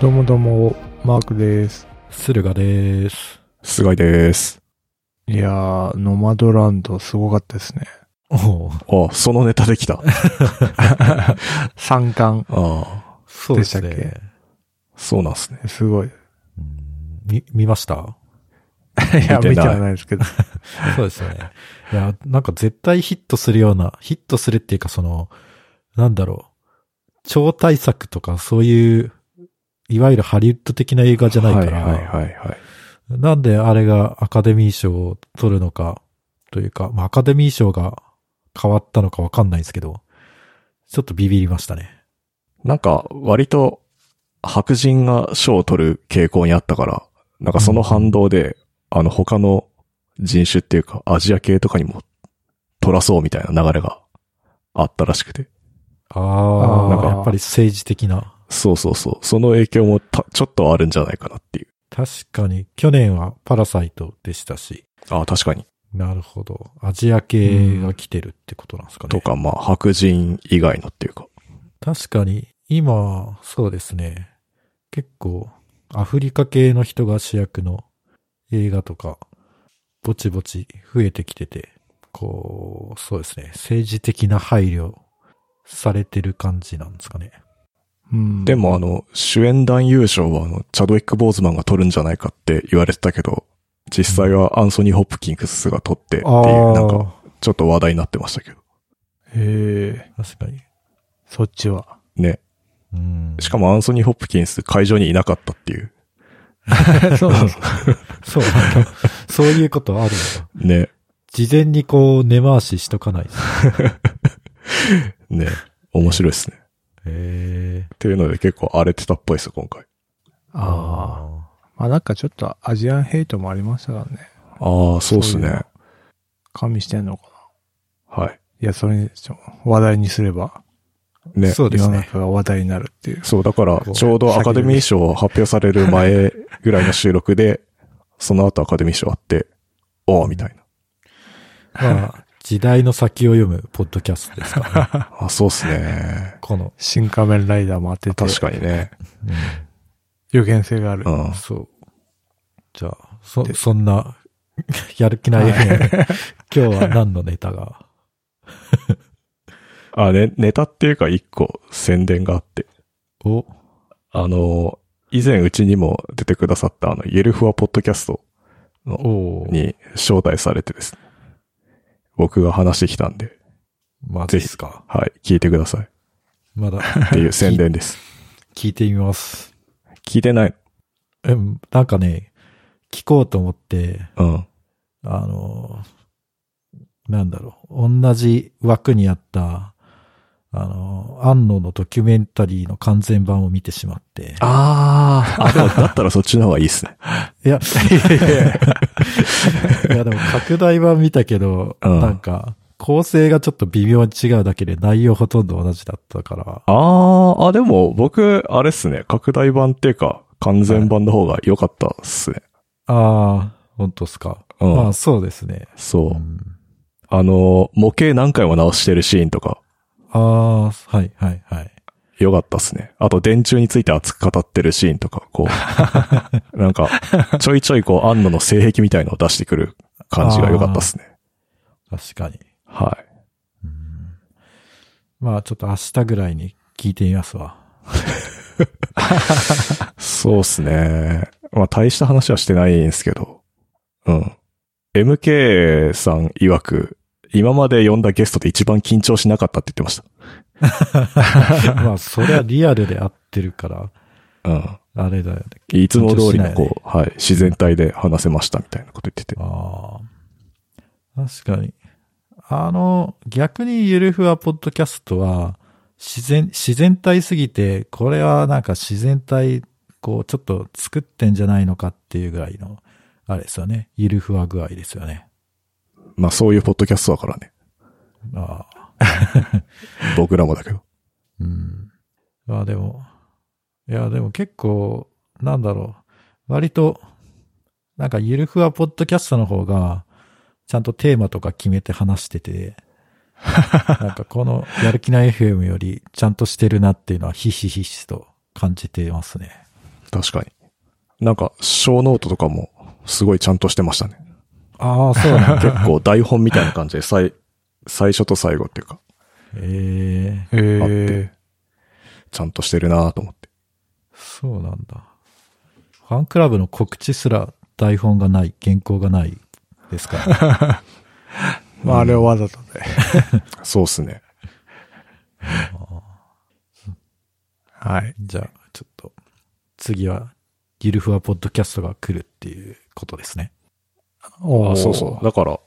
どうもどうも、マークです。駿河です。菅井です。いやー、ノマドランドすごかったですね。おあ、そのネタできた。あ三冠、あ、そうですね。でしたっそうなんすね。すごい。いうん見、見ましたや、見見てないてはないですけど。そうですよね。いや、なんか絶対ヒットするような、ヒットするっていうかその、なんだろう。超大作とかそういう、いわゆるハリウッド的な映画じゃないから、はいはいはいはい。なんであれがアカデミー賞を取るのか、というか、まあアカデミー賞が変わったのかわかんないですけど、ちょっとビビりましたね。なんか、割と、白人が賞を取る傾向にあったから、なんかその反動で、あの、他の人種っていうか、アジア系とかにも取らそうみたいな流れがあったらしくて。ああ、なんかやっぱり政治的な。そうそうそう。その影響もた、ちょっとはあるんじゃないかなっていう。確かに、去年はパラサイトでしたし、ああ、確かに。なるほど。アジア系が来てるってことなんですかね。とか、まあ、白人以外のっていうか。確かに、今、そうですね。結構、アフリカ系の人が主役の映画とか、ぼちぼち増えてきてて、こう、そうですね。政治的な配慮されてる感じなんですかね。うんで、もあの、主演男優賞はあの、チャドウィック・ボーズマンが取るんじゃないかって言われてたけど、実際はアンソニー・ホップキングスが取ってっていう、なんか、あちょっと話題になってましたけど。えー、ー、確かに。そっちは。ね。うん。しかもアンソニー・ホップキンス会場にいなかったっていう。そうなんですそう、なんか、そういうことあるのか。ね。事前にこう、根回ししとかないですね。ね。面白いですね。へえ。っていうので結構荒れてたっぽいですよ、今回。あー。まあなんかちょっとアジアンヘイトもありましたからね。ああ、そうっすそういうね。加味してんのかな。はい。いや、それにしても話題にすれば、ね。そうで世すのね。中が話題になるっていう。そう、だからこ、うちょうどアカデミー賞発表される前ぐらいの収 録で、その後アカデミー賞あって、おーみたいな。まあ、時代の先を読むポッドキャストです から、ね、あ、そうっすね。この、新仮面ライダーも当てて、確かにね。予見性があるう。ん。そう。じゃあ、そ、そんな、 やる気ない、 今日は何のネタが。あ、ね、ネタっていうか一個宣伝があって。お、あの、以前うちにも出てくださったあの、ゆるふわポッドキャストおに招待されてですね。僕が話してきたんで、まずぜでひすか。はい、聞いてください。まだ、っていう宣伝です。聞いてみます。 聞いてない。え、なんかね、聞こうと思って、うん。あの、なんだろう、同じ枠にあった、あの、安野のドキュメンタリーの完全版を見てしまって。 ああ。でも、だったらそっちの方がいいですね。いや、いやでも拡大版見たけど、うんなんか、構成がちょっと微妙に違うだけで内容ほとんど同じだったから。 ああ、あ、でも僕、あれっすね、拡大版っていうか、完全版の方が良かったっすね。ああ、本当っすか。うん。まあそうですね。そうう。ん、あの、模型何回も直してるシーンとか、ああ、はいはいはい。よかったっすね。あと、電柱について熱く語ってるシーンとか、こ う、なんか、ちょいちょいこう、安野の性癖みたいのを出してくる感じが良かったっすね。確かに。はうんまあちょっと明日ぐらいに聞いてみますわ。い。そうっすね。まあ、大した話はしてないんですけど、うん。MK さん曰く、今まで呼んだゲストで一番緊張しなかったって言ってまし まあそりゃリアルで合ってるから、た。うん。あれだよね。いつも通りの緊張しないねこう、はい、自然体で話せましたみたいなこと言ってて。ああ。確かに。あの、逆にゆるふわポッドキャストは、自然、自然体すぎて、これはなんか自然体、こう、ちょっと作ってんじゃないのかっていうぐらいの、あれですよね。ゆるふわ具合ですよね。まあ、そういうポッドキャスト だからね。ああ。僕らもだけど。うん。まあでも、いやでも結構、なんだろう。割と、なんかゆるふわポッドキャストの方が、ちゃんとテーマとか決めて話してて、 なんかこのやる気ない FM よりちゃんとしてるなっていうのはひしひしと感じてますね。確かに。なんか、小ノートとかも、すごいちゃんとして ましたね。ああ、そうなんだ。結構台本みたいな感じで、最、最初と最後っていうか、 えええあっーて、ちゃんとしてるなと思って。そうなんだ。ファンクラブの告知すら台本がない、原稿がないですから、ね。まあ、あれはわざとで。そうっすね。はい。じゃあ、ちょっと、次は、ゆるふわポッドキャストが来るっていうことですね。おーあそうそう。だから、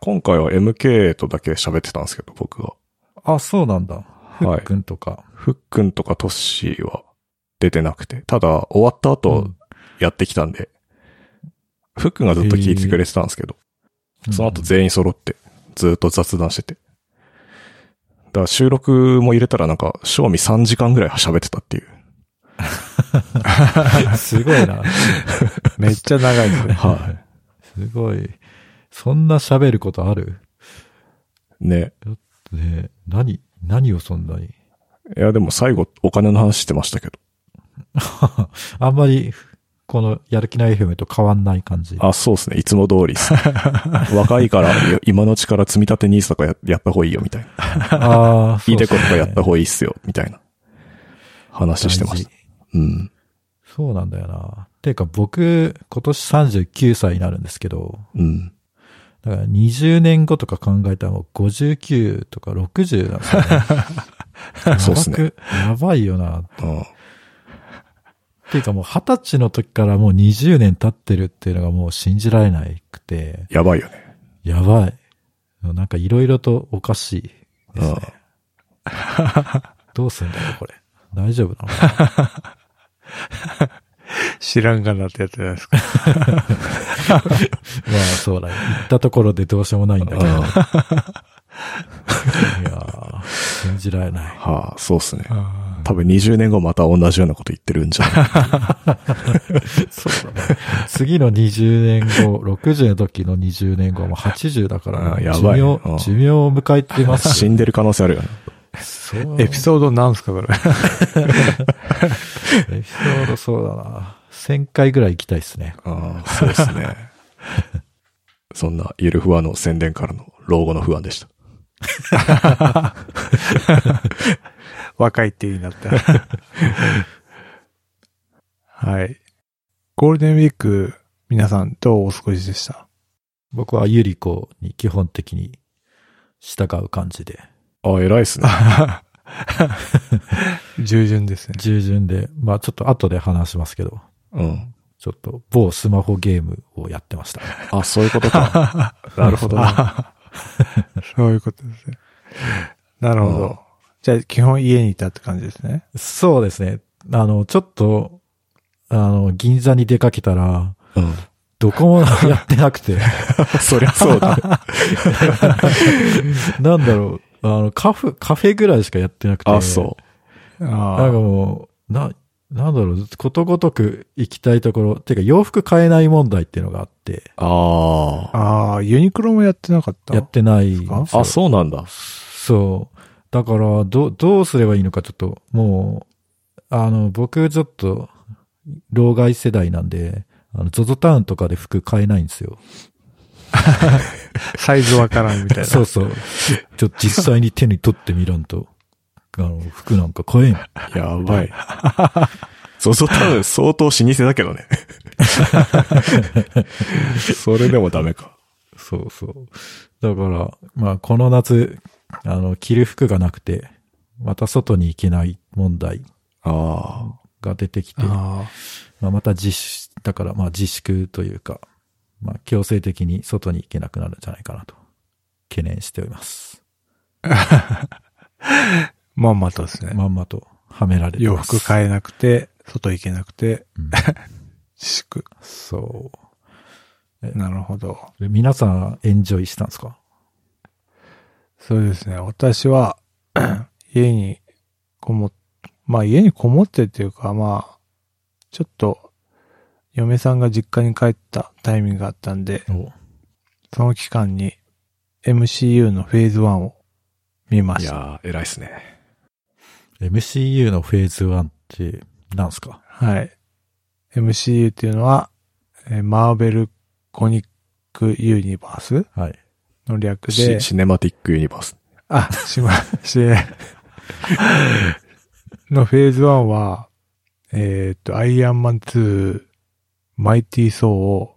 今回は MK とだけ喋ってたんですけど、僕が。あ、そうなんだ。ふはいっくんとか。ふっくんとかトッシーは出てなくて。ただ、終わった後うん、やってきたんで、ふっくんがずっと聞いてくれてたんですけど、その後全員揃って、ずっと雑談してて。だから収録も入れたらなんか、賞味3時間ぐらい喋ってたっていう。うん すごいな。めっちゃ長いですね。はすごい。そんな喋ることあるい。ね。ねえ何、何をそんなに。 いや、でも最後、お金の話してましたけど。あんまり、このやる気ない FM と変わんない感じ。あ、そうですね。いつも通りっ す若いから、いや今のうちから積み立て NISA とかややった方がいいよ、みたいな。あ ー、いいそうででこすとねかやった方がいいっすよ、みたいな話してました。うん。そうなんだよな。ていうか僕、今年39歳になるんですけど、うん。だから20年後とか考えたらもう59とか60なんですよね。 そうっすねやばく。やばいよな。うん。っていうかもう20歳の時からもう20年経ってるっていうのがもう信じられないくて、やばいよね。やばい。なんかいろいろとおかしいですね。どうすんだろう、これ。大丈夫なの か知らんがなってやつじゃないですか。なまあそうだね。行ったところでどうしようもないんだけうど。いん。やは ー信じられない。あ、そうっすね。あ多分20年後また同じようなこと言ってるんじゃないそうだね。次の20年後、60の時 の20年後はもう80だから、うんやばい寿うん命、寿命を迎えてます。死んでる可能 性あるよね。そうーエピソードなんすか、それ。 エピソードそうだな。1000回ぐらい行きたいですね。ああ、そうっすね。 そんなゆるふわの宣伝からの老後の不安でした。若いっていうになった。はい。ゴールデンウィーク、皆さんどうお過ごしでした 僕はゆり子に基本的に従う感じで、ああ、偉いっすね。従順ですね。従順で、まあちょっと後で話しますけど、うん。ちょっと某スマホゲームをやってました。あ、そういうことか。 なるほどね。あそういうことですね。なるほうんど。じゃあ、基本家にいたって感じですね。そうですね。あの、ちょっと、あの、銀座に出かけたら、うん。どこもやってなくて、 そりゃそうだ。 なんだろう、あの、カフェ、カフェぐらいしかやってなくて、 あ、そう。なんかあもう、な、なんだろう、ことごとく行きたいところ、ていうか洋服買えない問題っていうのがあって、ああ。ああ、ユニクロもやってなかったやってないんですよ。あ。あ、そうなんだ。そう。だから、ど、どうすればいいのかちょっと、もう、あの、僕ちょっと、老害世代なんで、あの、ゾゾタウンとかで服買えないんですよ。サイズわからん みたいな。そうそう。ちょっと実際に手に取ってみらんと、あの、服なんか買えん。やば い。ゾゾタウン相当老舗だけどね。 それでもダメか。そうそう。だから、まあ、この夏、あの、着る服がなくて、また外に行けない問題あが出てきて、あまあ、また自粛、だからまあ自粛というか、まあ強制的に外に行けなくなるんじゃないかなと、懸念しております。あ。まんまとですね。まんまとはめられて洋ます。服買えなくて、外行けなくて、うん 自粛。そなるほど。う。で皆さんエンジョイしたんですかそうですね。私は、 家にこも、まあ家にこもってっていうか、まあ、ちょっと、嫁さんが実家に帰ったタイミングがあったんで、おその期間に MCU のフェーズ1を見まあ。いした。やー、偉いっすね。 MCU のフェーズ1って何すかはい。 MCU っていうのは、えーマーベルコニックユニバースはい。の略でシ、シネマティックユニバース。あ、しま、し、のフェーズ1は、えーっと、アイアンマン2、マイティー・ソーを、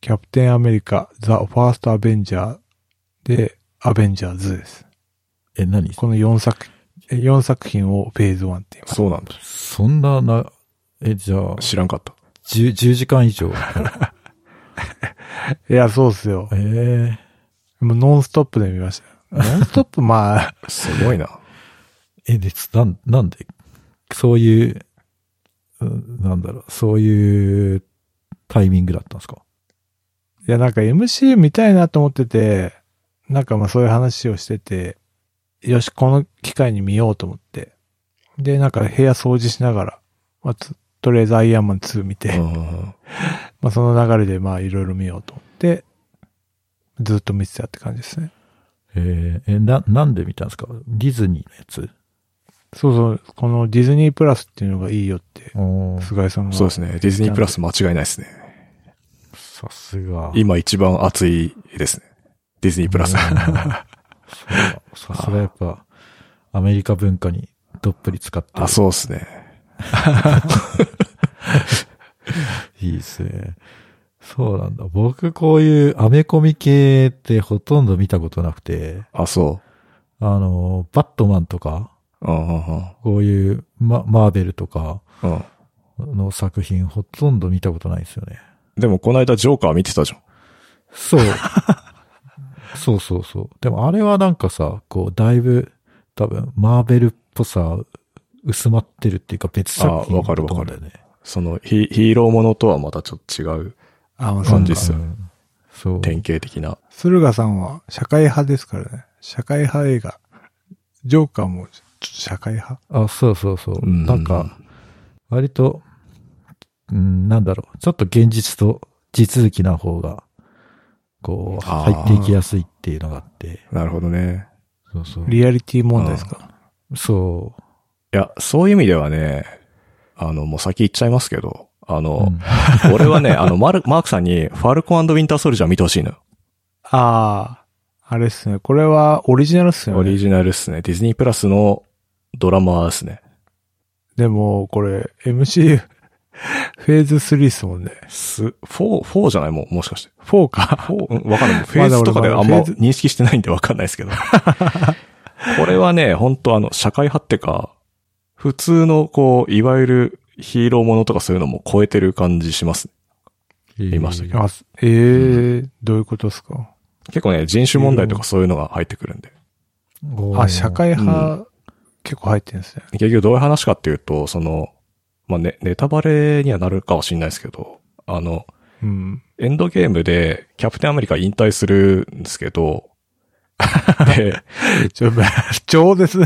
キャプテン・アメリカ、ザ・ファースト・アベンジャーで、アベンジャーズです。え、何この4作、4作品をフェーズ1って言います。そうなんだ。そんなな、え、じゃあ、知らんかった。 10, 10時間以上。いや、そうっすよえ。えもうノンストップで見ましたよ。ノンストップ、まあ、すごいな。え、で、つなん、なんで、そういう、うんなんだろう、そういうタイミングだったんですかいや、なんか MCU 見たいなと思ってて、なんかまあそういう話をしてて、よし、この機会に見ようと思って。で、なんか部屋掃除しながら、まあ、つとりあえずアイアンマン2見て、うんまあその流れでまあいろいろ見ようと思って、ずっと見てたって感じですね。えーえ、な、なんで見たんですかディズニーのやつそうそう、このディズニープラスっていうのがいいよって、おー菅井さんが。そうですね。ディズニープラス間違いないですね。さすが。今一番熱いですね。ディズニープラスう。んそうさすがやっぱ、アメリカ文化にどっぷり使って あ、そうですね。いいですね。そうなんだ。僕こういうアメコミ系ってほとんど見たことなくて、あ、そあの、バットマンとか、う。うんうんうんこういうママーベルとかうん。の作品ほとんど見たことないんですよね。でもこの間ジョーカー見てたじゃん。 そう。そうそうそう。でもあれはなんかさ、こう、だいぶ、多分、マーベルっぽさ、薄まってるっていうか別作あ品わかるわかるだよね。そのヒヒーローものとはまたちょっと違うあ、まあ、そう感じっすようんそう。典型的な。駿河さんは社会派ですからね。社会派映画。ジョーカーも社会派あ、そうそうそう。うんなんか、割と、うん、なんだろう。ちょっと現実と地続きな方が、こう、あー入っていきやすいっていうのがあって。なるほどね。そうそう。リアリティ問題ですかそいや、そういう意味ではね、あの、もう先言っちゃいますけど、あう。のう、ん俺はね、あの、マルマークさんに、ファルコンウィンターソルジャー見てほしいのよ。ああ、あれっすね。これはオリジナルっすよオリね。ジナルっすね。ディズニープラスのドラマですね。でも、これ、MCU フェーズ3っすもんね。す、4、4じゃないもう、もしかして。 4か。 4、うん、わかんない。フェーズとかであんまだま俺まだフェーズ認識してないんでわかんないですけど。 これはね、本当あの、社会派ってか、普通のこう、いわゆるヒーローものとかそういうのも超えてる感じします。言いましたけどあすええどういうことっすか結構ね、人種問題とかそういうのが入ってくるんで。あ、社会派、結構入ってるんですね。結局どういう話かっていうと、その、まあ、ね、ネタバレにはなるかもしれないですけど、あの、うん。エンドゲームでキャプテンアメリカ引退するんですけど、 で、ちょ、超です。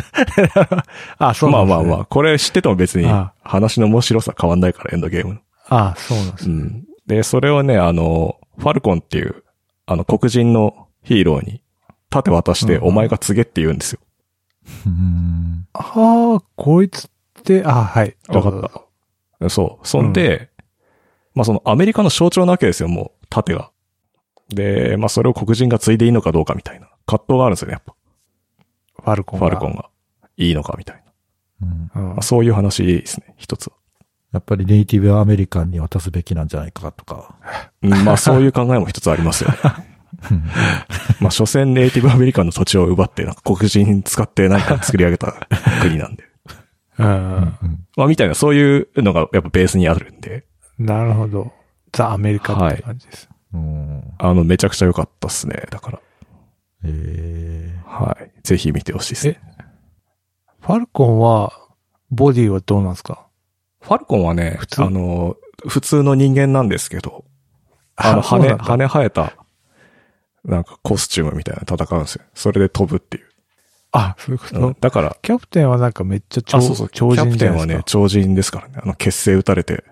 あ、そうまなあんですまあね、まあ、これ知ってても別にあ話の面白さ変わんないから、エンドゲームの。あ。あそうなんですうね。ん。で、それをね、あの、ファルコンっていう、あの、黒人のヒーローに盾渡して、うんお前が告げって言うんですよ。うん。ああ、こいつって、あはい。わかった。そう。そんで、まあそのアメリカの象徴なわけですよ、もう、盾が。で、まあそれを黒人が継いでいいのかどうかみたいな。葛藤があるんですよね、やっぱ。ファルコンフが。ァルコンが。いいのかみたいな。うんうんまあ、そういう話ですね、一つは。やっぱりネイティブアメリカンに渡すべきなんじゃないかとか。うんまあそういう考えも一つありますよ ね。うんまあ所詮ネイティブアメリカンの土地を奪って、なんか黒人使ってなんか作り上げた国なんで。 うん。うんまあみたいな、そういうのがやっぱベースにあるんで、なるほど。ザ・アメリカって感じです。うんあの、めちゃくちゃ良かったっすね。だから、えはい。ぜひ見てほしいですね。ファルコンは、ボディはどうなんですかファルコンはね普、通あの、普通の人間なんですけど、あの、そうな羽、んだ羽生えた、なんかコスチュームみたいなの戦うんですよ。それで飛ぶっていう。あ、そういうこと、うんだから、キャプテンはなんかめっちゃ超あ、そうそう、キ超ャ人プじテゃンなはいです、ねか。超人ですからね。あの、結成打たれて、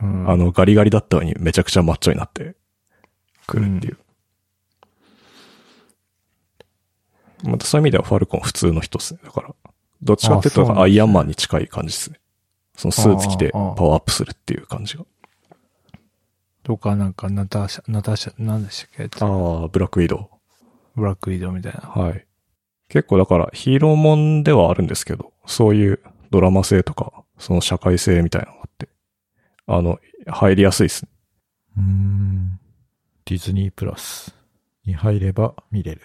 うんあの、ガリガリだったのにめちゃくちゃマッチョになってくるっていう。またそういう意味ではファルコン普通の人ですね。だから、どっちかっていうあそうなんとだアイアンマンに近い感じですね。そのスーツ着てあパああワあーアップするっていう感じが。とか、なんか、ナターシャ、ナターシャ、何でしたっけああ、ブラックウィドウ。ブラックウィドウみたいな。はい。結構だからヒーローもんではあるんですけど、そういうドラマ性とか、その社会性みたいなのがあって、あの、入りやすいですね。うーん。ディズニープラスに入れば見れる。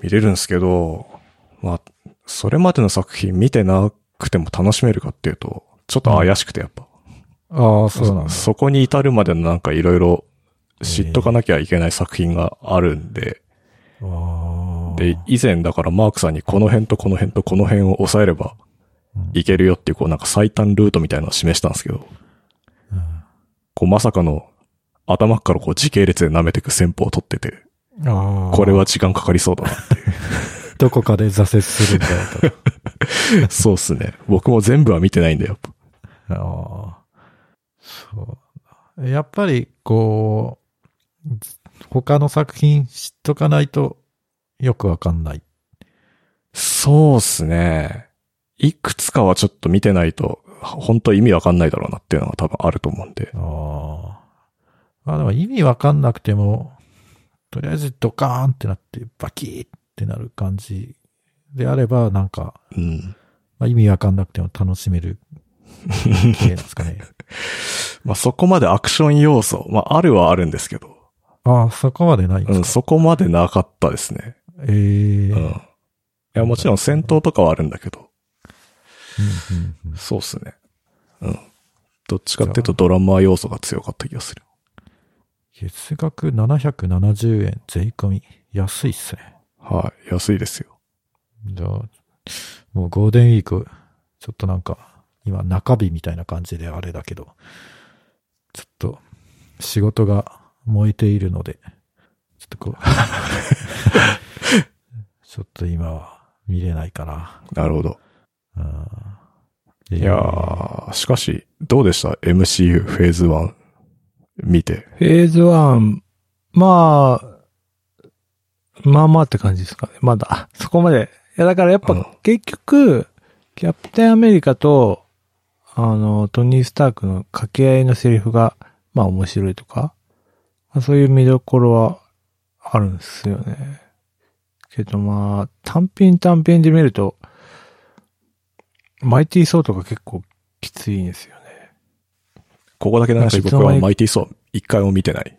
見れるんですけど、まあ、それまでの作品見てなくても楽しめるかっていうと、ちょっと怪しくてやっぱ。ああ、そうなんだ。そこに至るまでのなんかいろいろ知っとかなきゃいけない作品があるんで、ああ。で、以前だからマークさんにこの辺とこの辺とこの辺を抑えればうんいけるよっていうこうなんか最短ルートみたいなのを示したんですけど、うんこうまさかの頭からこう時系列で舐めていく戦法を取ってて、ああ。これは時間かかりそうだ どこかで挫折するんだよと。な。 そうっすね。僕も全部は見てないんだよ。ああ。そう。やっぱり、こう、他の作品知っとかないとよくわかんない。そうっすね。いくつかはちょっと見てないと、本当意味わかんないだろうなっていうのは多分あると思うんで。ああ。まあでも意味わかんなくても、とりあえずドカーンってなって、バキーってなる感じであれば、なんか、うん。まあ、意味わかんなくても楽しめる系ですか ね。まあそこまでアクション要素、まああるはあるんですけど、ああ、そこまでないんうでん、すそこまでなかったですね。か。ええうん。いや、もちろん戦闘とかはあるんだけど、うんうんうんそうっすね。うん。どっちかっていうとドラマ要素が強かった気がする。月額770円税込み。安いっすね。はい、安いですよ。じゃあ、もうゴールデンウィーク、ちょっとなんか、今中日みたいな感じであれだけど、ちょっと仕事が燃えているので、ちょっとこう、 ちょっと今は見れないかな。なるほど。うんいやー、しかし、どうでした ?MCU フェーズ1見て。フェーズ1、まあ、まあまあって感じですかね。まだ。 そこまで。いや、だからやっうんぱ結局、キャプテンアメリカと、あの、トニー・スタークの掛け合いのセリフが、まあ面白いとか、まあ、そういう見どころはあるんですよね。けどまあ、単品単品で見ると、マイティー・ソーとか結構きついんですよ ね。ここだけの話、なんかいつ僕の間にはマイティーソー一回も見てない。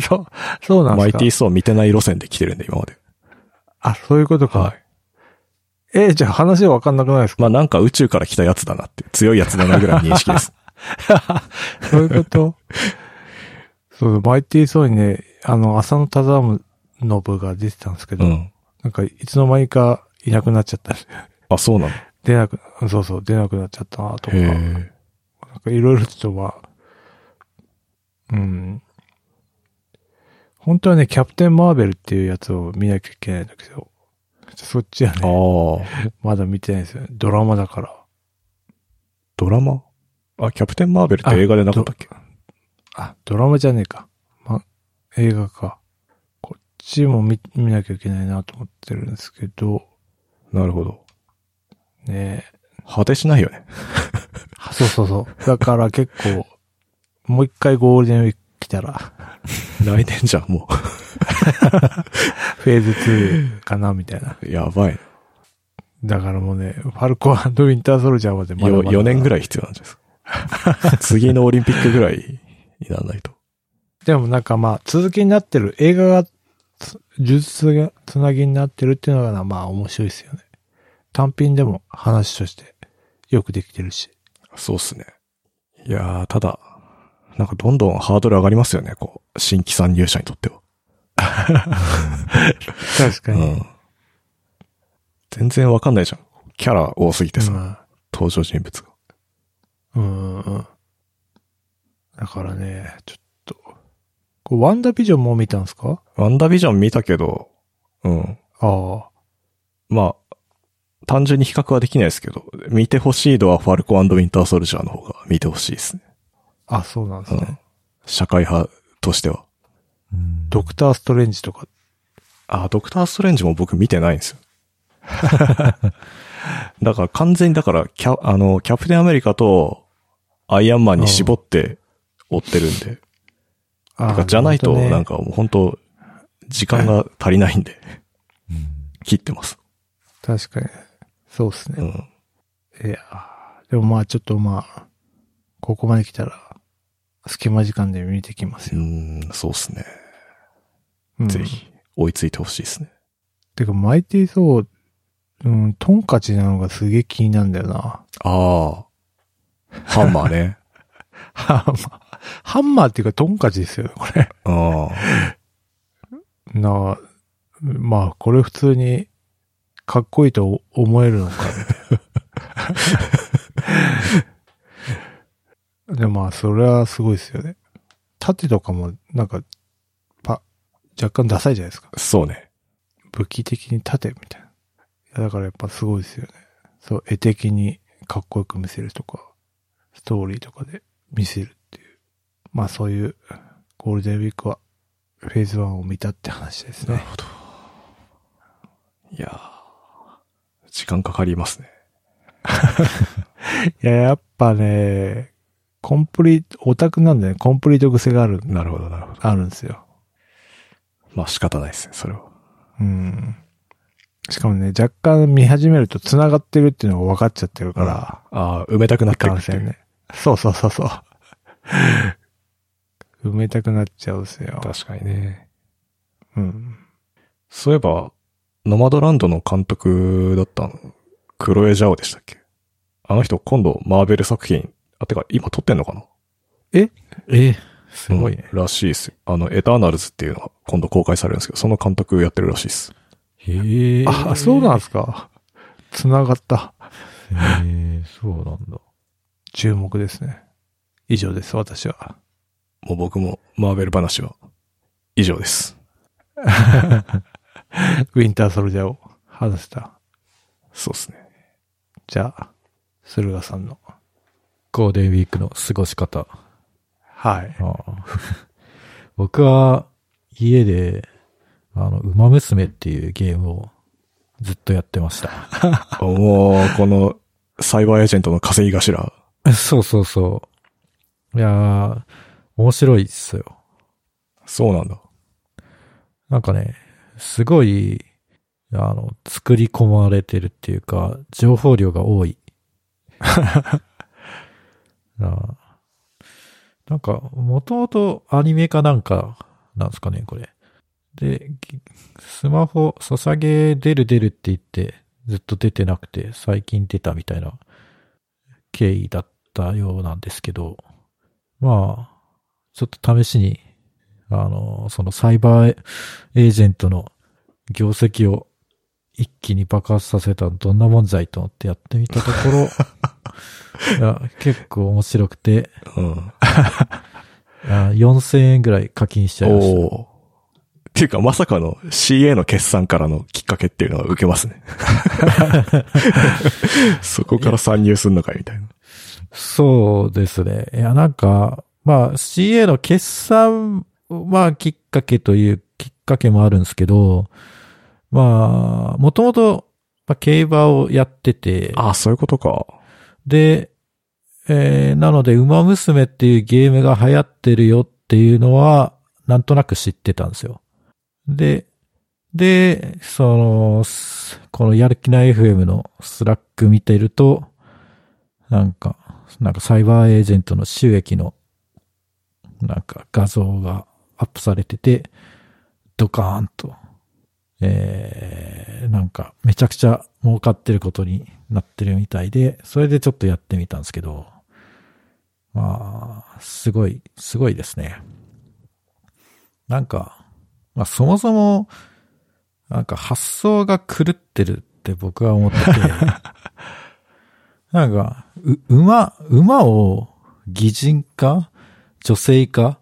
そう、そうなんですかマイティーソー見てない路線で来てるんで、今まで。あ、そういうことか。はいえ、じゃあ話わかんなくないですかまあなんか宇宙から来たやつだなって、強いやつだなぐらいの認識です。そういうことそう、マイティーソーにね、あの、浅野忠信が出てたんですけ うど、ん。なんかいつの間にかいなくなっちゃった。 あ、そうなの。出なく、そうそう、出なくなっちゃったなとか、なんへかいろいろとは、うん。本当はね、キャプテン・マーベルっていうやつを見なきゃいけないんだけど、そっちはえ。あね、あ。まだ見てないんですよね。ドラマだから。ドラマあ、キャプテンマーベルって映画でなかったっけあ、ドラマじゃねえか。ま、映画か。こっちも見、見なきゃいけないなと思ってるんですけど、なるほど。ねえ。果てしない よね。あそうそうそう。だから結構、もう一回ゴールデンウィーク来たら、来年じゃん、もフェーズ2かな、みたいな。う。 やばい。だからもうね、ファルコンウィンターソルジャーまでまだまだよ4年ぐらい必要なんじゃ ないですか。次のオリンピックぐらいにならないと。でもなんかまあ、続きになってる、映画がつ、呪術がつなぎになってるっていうのがまあ面白いですよね。単品でも話としてよくできてるし。そうっすね。いやー、ただ、なんかどんどんハードル上がりますよね、こう、新規参入者にとっては。確かうに。ん。全然わかんないじゃん。キャラ多すぎてさ、登場人物が。うん。うんうん。だからね、ちょっと。こうワンダービジョンも見たんですかワンダービジョン見たけど、うん。あまあ、単純に比較はできないですけど、見てほしいのはファルコンウィンターソルジャーの方が見てほしいですね。あ。あ、そうなんですうね。ん。社会派としては。うんドクター・ストレンジとか。あ、ドクターストレンジも僕見てないんですよ。 だから完全にだから、キャ、あの、キャプテンアメリカとアイアンマンに絞って追ってるんで。あなんかあじゃないと、るほどねなんかもう本当時間が足りないんで、切ってます。確かに。そうですうね。ん。いや、でもまあちょっとまあ、ここまで来たら、隙間時間で見てきますうよ。ん、そうですね。うんぜひ、追いついてほしいですね。てか、マイティーソー、うん、トンカチなのがすげえ気になるんだよな。ああ。ハンマーね。ハンマー。ハンマーっていうかトンカチですよね、これ。うん。なあまあ、これ普通に、かっこいいと思えるのか。 でもまあ、それはすごいですよね。盾とかも、なんか、パ、若干ダサいじゃないですか。そうね。武器的に盾みたいな。いや、だからやっぱすごいですよね。そう、絵的にかっこよく見せるとか、ストーリーとかで見せるっていう。まあそういう、ゴールデンウィークは、フェーズ1を見たって話ですね。ほど。いやー時間かかりますね。いや、やっぱね、コンプリート、オタクなんでね、コンプリート癖がある、なるほど、なるほど。あるんですよ。まあ仕方ないですね、それは。うん。しかもね、若干見始めると繋がってるっていうのが分かっちゃってるから、ああ、埋めたくなってくる感ってい染うね。そうそうそう そう。埋めたくなっちゃうんですよ。確かにね。うん。そういえば、ノマドランドの監督だったの、クロエ・ジャオでしたっけあの人、今度、マーベル作品、あ、てか、今撮ってんのかなえ、すごいね。うんらしいですよ。あの、エターナルズっていうのが今度公開されるんですけど、その監督やってるらしいです。へえ。あ、そうなんですか。繋がった。へえ、そうなんだ。注目ですね。以上です、私は。もう僕も、マーベル話は、以上です。ウィンターソルジャーを外した。そう ですね。じゃあ、駿河さんの。ゴールデンウィークの過ごし方。はい。ああ 僕は、家で、あの、馬娘っていうゲームをずっとやってました。もう、この、サイバーエージェントの稼ぎ頭。 そうそうそう。いやー、面白いっすよ。そうなんだ。なんかね、すごい、あの、作り込まれてるっていうか、情報量が多い。なあなんか、もともとアニメかなんか、なんですかね、これ。で、ぎスマホ、ソシャゲ出る出るって言って、ずっと出てなくて、最近出たみたいな経緯だったようなんですけど、まあ、ちょっと試しに、あの、そのサイバーエージェントの業績を一気に爆発させたどんなもんじゃいと思ってやってみたところ、 いや結構面白くて、うん。あ4000円ぐらい課金しちゃいました。おーっていうか、まさかの CA の決算からのきっかけっていうのは受けま すね。そこから参入すんのかいみたいな。そうですね。いや、なんか、まあ CA の決算、まあきっかけというきっかけもあるんですけど、まあ、もともと、まあ、競馬をやってて、ああ、そういうことか。で、えーなので、馬娘っていうゲームが流行ってるよっていうのは、なんとなく知ってたんですよ。で、で、その、すこのやる気ない FM のスラック見てると、なんか、なんかサイバーエージェントの収益の、なんか画像がアップされてて、ドカーンと、えー、なんかめちゃくちゃ儲かってることになってるみたいで、それでちょっとやってみたんですけど、まあ、すごい、すごいですね。なんか、まあそもそも、なんか発想が狂ってるって僕は思ってて、なんか、う、馬、馬を擬人化女性化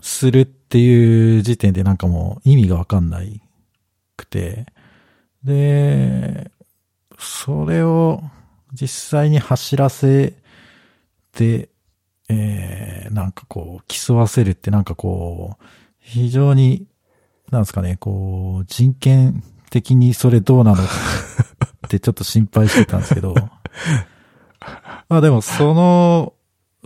するっていう時点でなんかもう意味がわかんないくて、で、それを実際に走らせて、えー、なんかこう、競わせるってなんかこう、非常に、なんですかね、こう、人権的にそれどうなのってちょっと心配してたんですけど。まあでもその、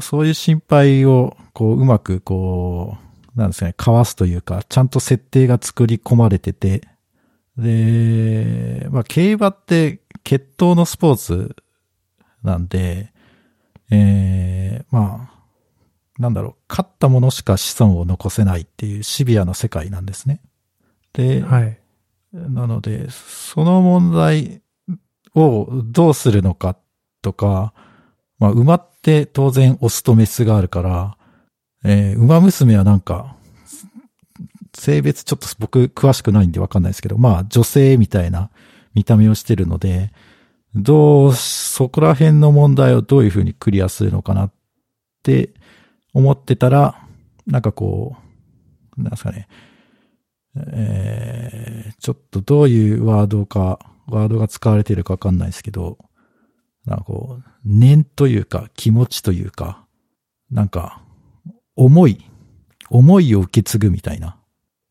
そういう心配をこううまくこう、なんですかね、かわすというか、ちゃんと設定が作り込まれてて、で、まあ競馬って決闘のスポーツなんで、えー、まあ、なんだろう、勝った者しか子孫を残せないっていうシビアな世界なんですね。で、はい。なので、その問題をどうするのかとか、まあ、馬って当然オスとメスがあるから、えー馬娘はなんか、性別ちょっと僕詳しくないんでわかんないですけど、まあ女性みたいな見た目をしてるので、どう、そこら辺の問題をどういうふうにクリアするのかなって思ってたら、なんかこう、なんですかね、えーちょっとどういうワードか、ワードが使われているかわかんないですけど、なんかこう、念というか気持ちというか、なんか、思い、思いを受け継ぐみたいな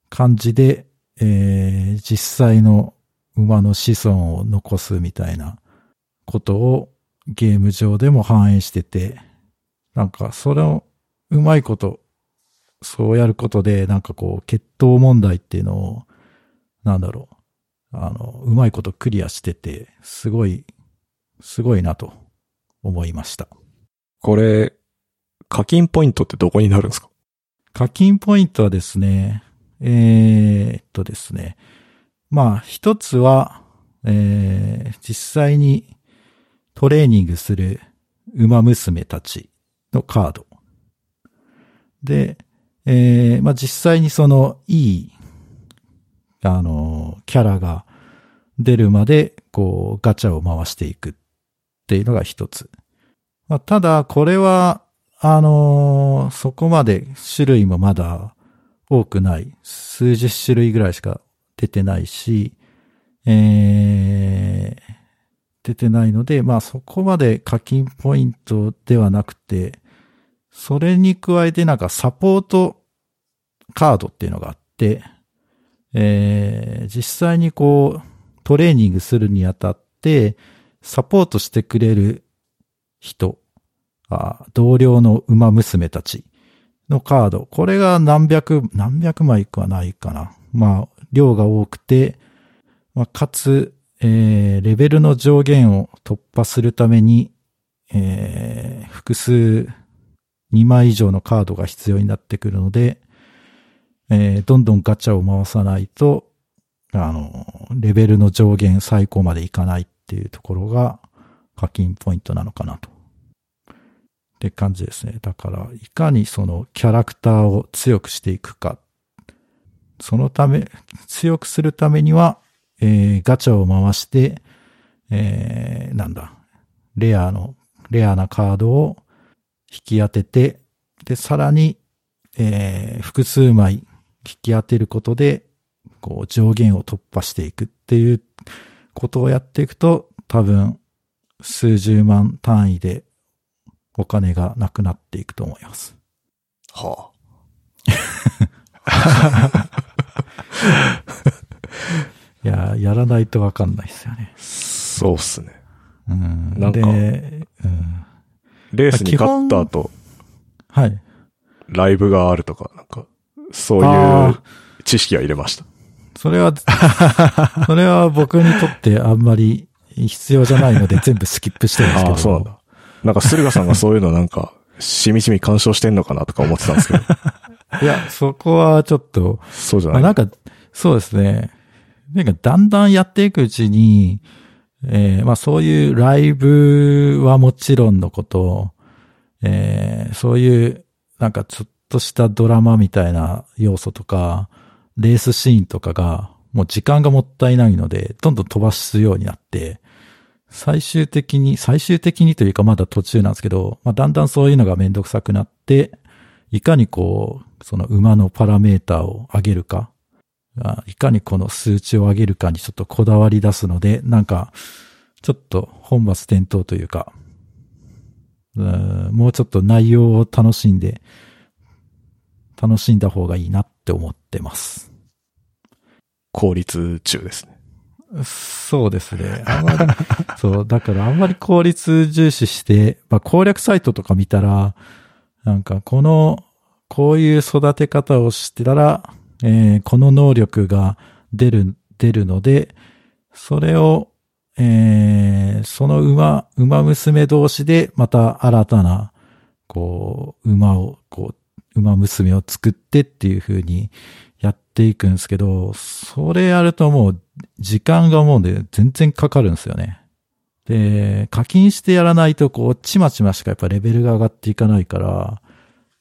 感じで、えー実際の馬の子孫を残すみたいなことをゲーム上でも反映してて、なんかそれをうまいことそうやることで、なんかこう、決闘問題っていうのを、なんだろう、あの、うまいことクリアしてて、すごい、すごいなと思いました。これ、課金ポイントってどこになるんですか課金ポイントはですね、えーっとですね、まあ、一つは、えー、実際にトレーニングする馬娘たちのカード。で、えー、まあ実際にその、いい、あの、キャラが出るまで、こう、ガチャを回していくっていうのが一つ。まあ、ただ、これは、あのーそこまで種類もまだ多くない。数十種類ぐらいしか出てないし、えー、出てないので、まあそこまで課金ポイントではなくて、それに加えてなんかサポートカードっていうのがあって、えー、実際にこうトレーニングするにあたって、サポートしてくれる人、あ同僚の馬娘たちのカード。これが何百、何百枚かはないかな。まあ、量が多くて、まあ、かつ、えーレベルの上限を突破するために、えー複数2枚以上のカードが必要になってくるので、えーどんどんガチャを回さないと、あの、レベルの上限最高までいかないっていうところが課金ポイントなのかなと。って感じですね。だから、いかにそのキャラクターを強くしていくか。そのため、強くするためには、えーガチャを回して、えーなんだ、レアの、レアなカードを引き当てて、で、さらに、えー複数枚引き当てることで、こう、上限を突破していくっていうことをやっていくと、多分、数十万単位でお金がなくなっていくと思います。はいやー、やらないとわかんないですよねあ。。そうっすね。うん。なんかで、うん。レースに勝った後、はい。ライブがあるとか、なんか、そういあう知識は入れました。それは、 それは僕にとってあんまり必要じゃないので全部スキップしてるんですけあど。あ、そうなんだ。なんか、駿河さんがそういうのなんか、しみじみ干渉してんのかなとか思ってたんです けど、いや、そこはちょっと、そうじゃまなあい。なんか、そうですね。なんか、だんだんやっていくうちに、えーまあそういうライブはもちろんのこと、えーそういう、なんかちょっとしたドラマみたいな要素とか、レースシーンとかが、もう時間がもったいないので、どんどん飛ばすようになって、最終的に、最終的にというかまだ途中なんですけど、まあだんだんそういうのがめんどくさくなって、いかにこう、その馬のパラメーターを上げるか、あいかにこの数値を上げるかにちょっとこだわり出すので、なんか、ちょっと本末転倒というか、うーんもうちょっと内容を楽しんで、楽しんだ方がいいなって思ってます。効率中ですね。そうですね。あんまり、そう、だからあんまり効率重視して、まあ、攻略サイトとか見たら、なんかこの、こういう育て方をしてたら、えーこの能力が出る、出るので、それを、えーその馬、馬娘同士でまた新たな、こう、馬を、こう、馬娘を作ってっていう風にやっていくんですけど、それやるともう時間がもうね、全然かかるんですよね。で、課金してやらないと、こう、ちまちましかやっぱレベルが上がっていかないから、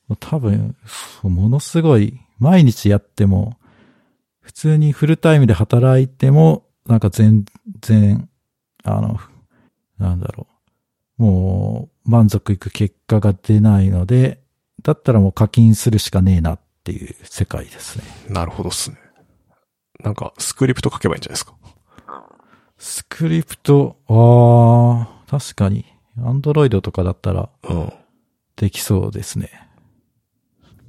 もう多分、そうものすごい、毎日やっても、普通にフルタイムで働いても、なんか全然、あの、なんだろう。もう、満足いく結果が出ないので、だったらもう課金するしかねえなっていう世界ですね。なるほどっすね。なんか、スクリプト書けばいいんじゃないですか。スクリプト、ああ、確かに。アンドロイドとかだったらうん。できそうですね。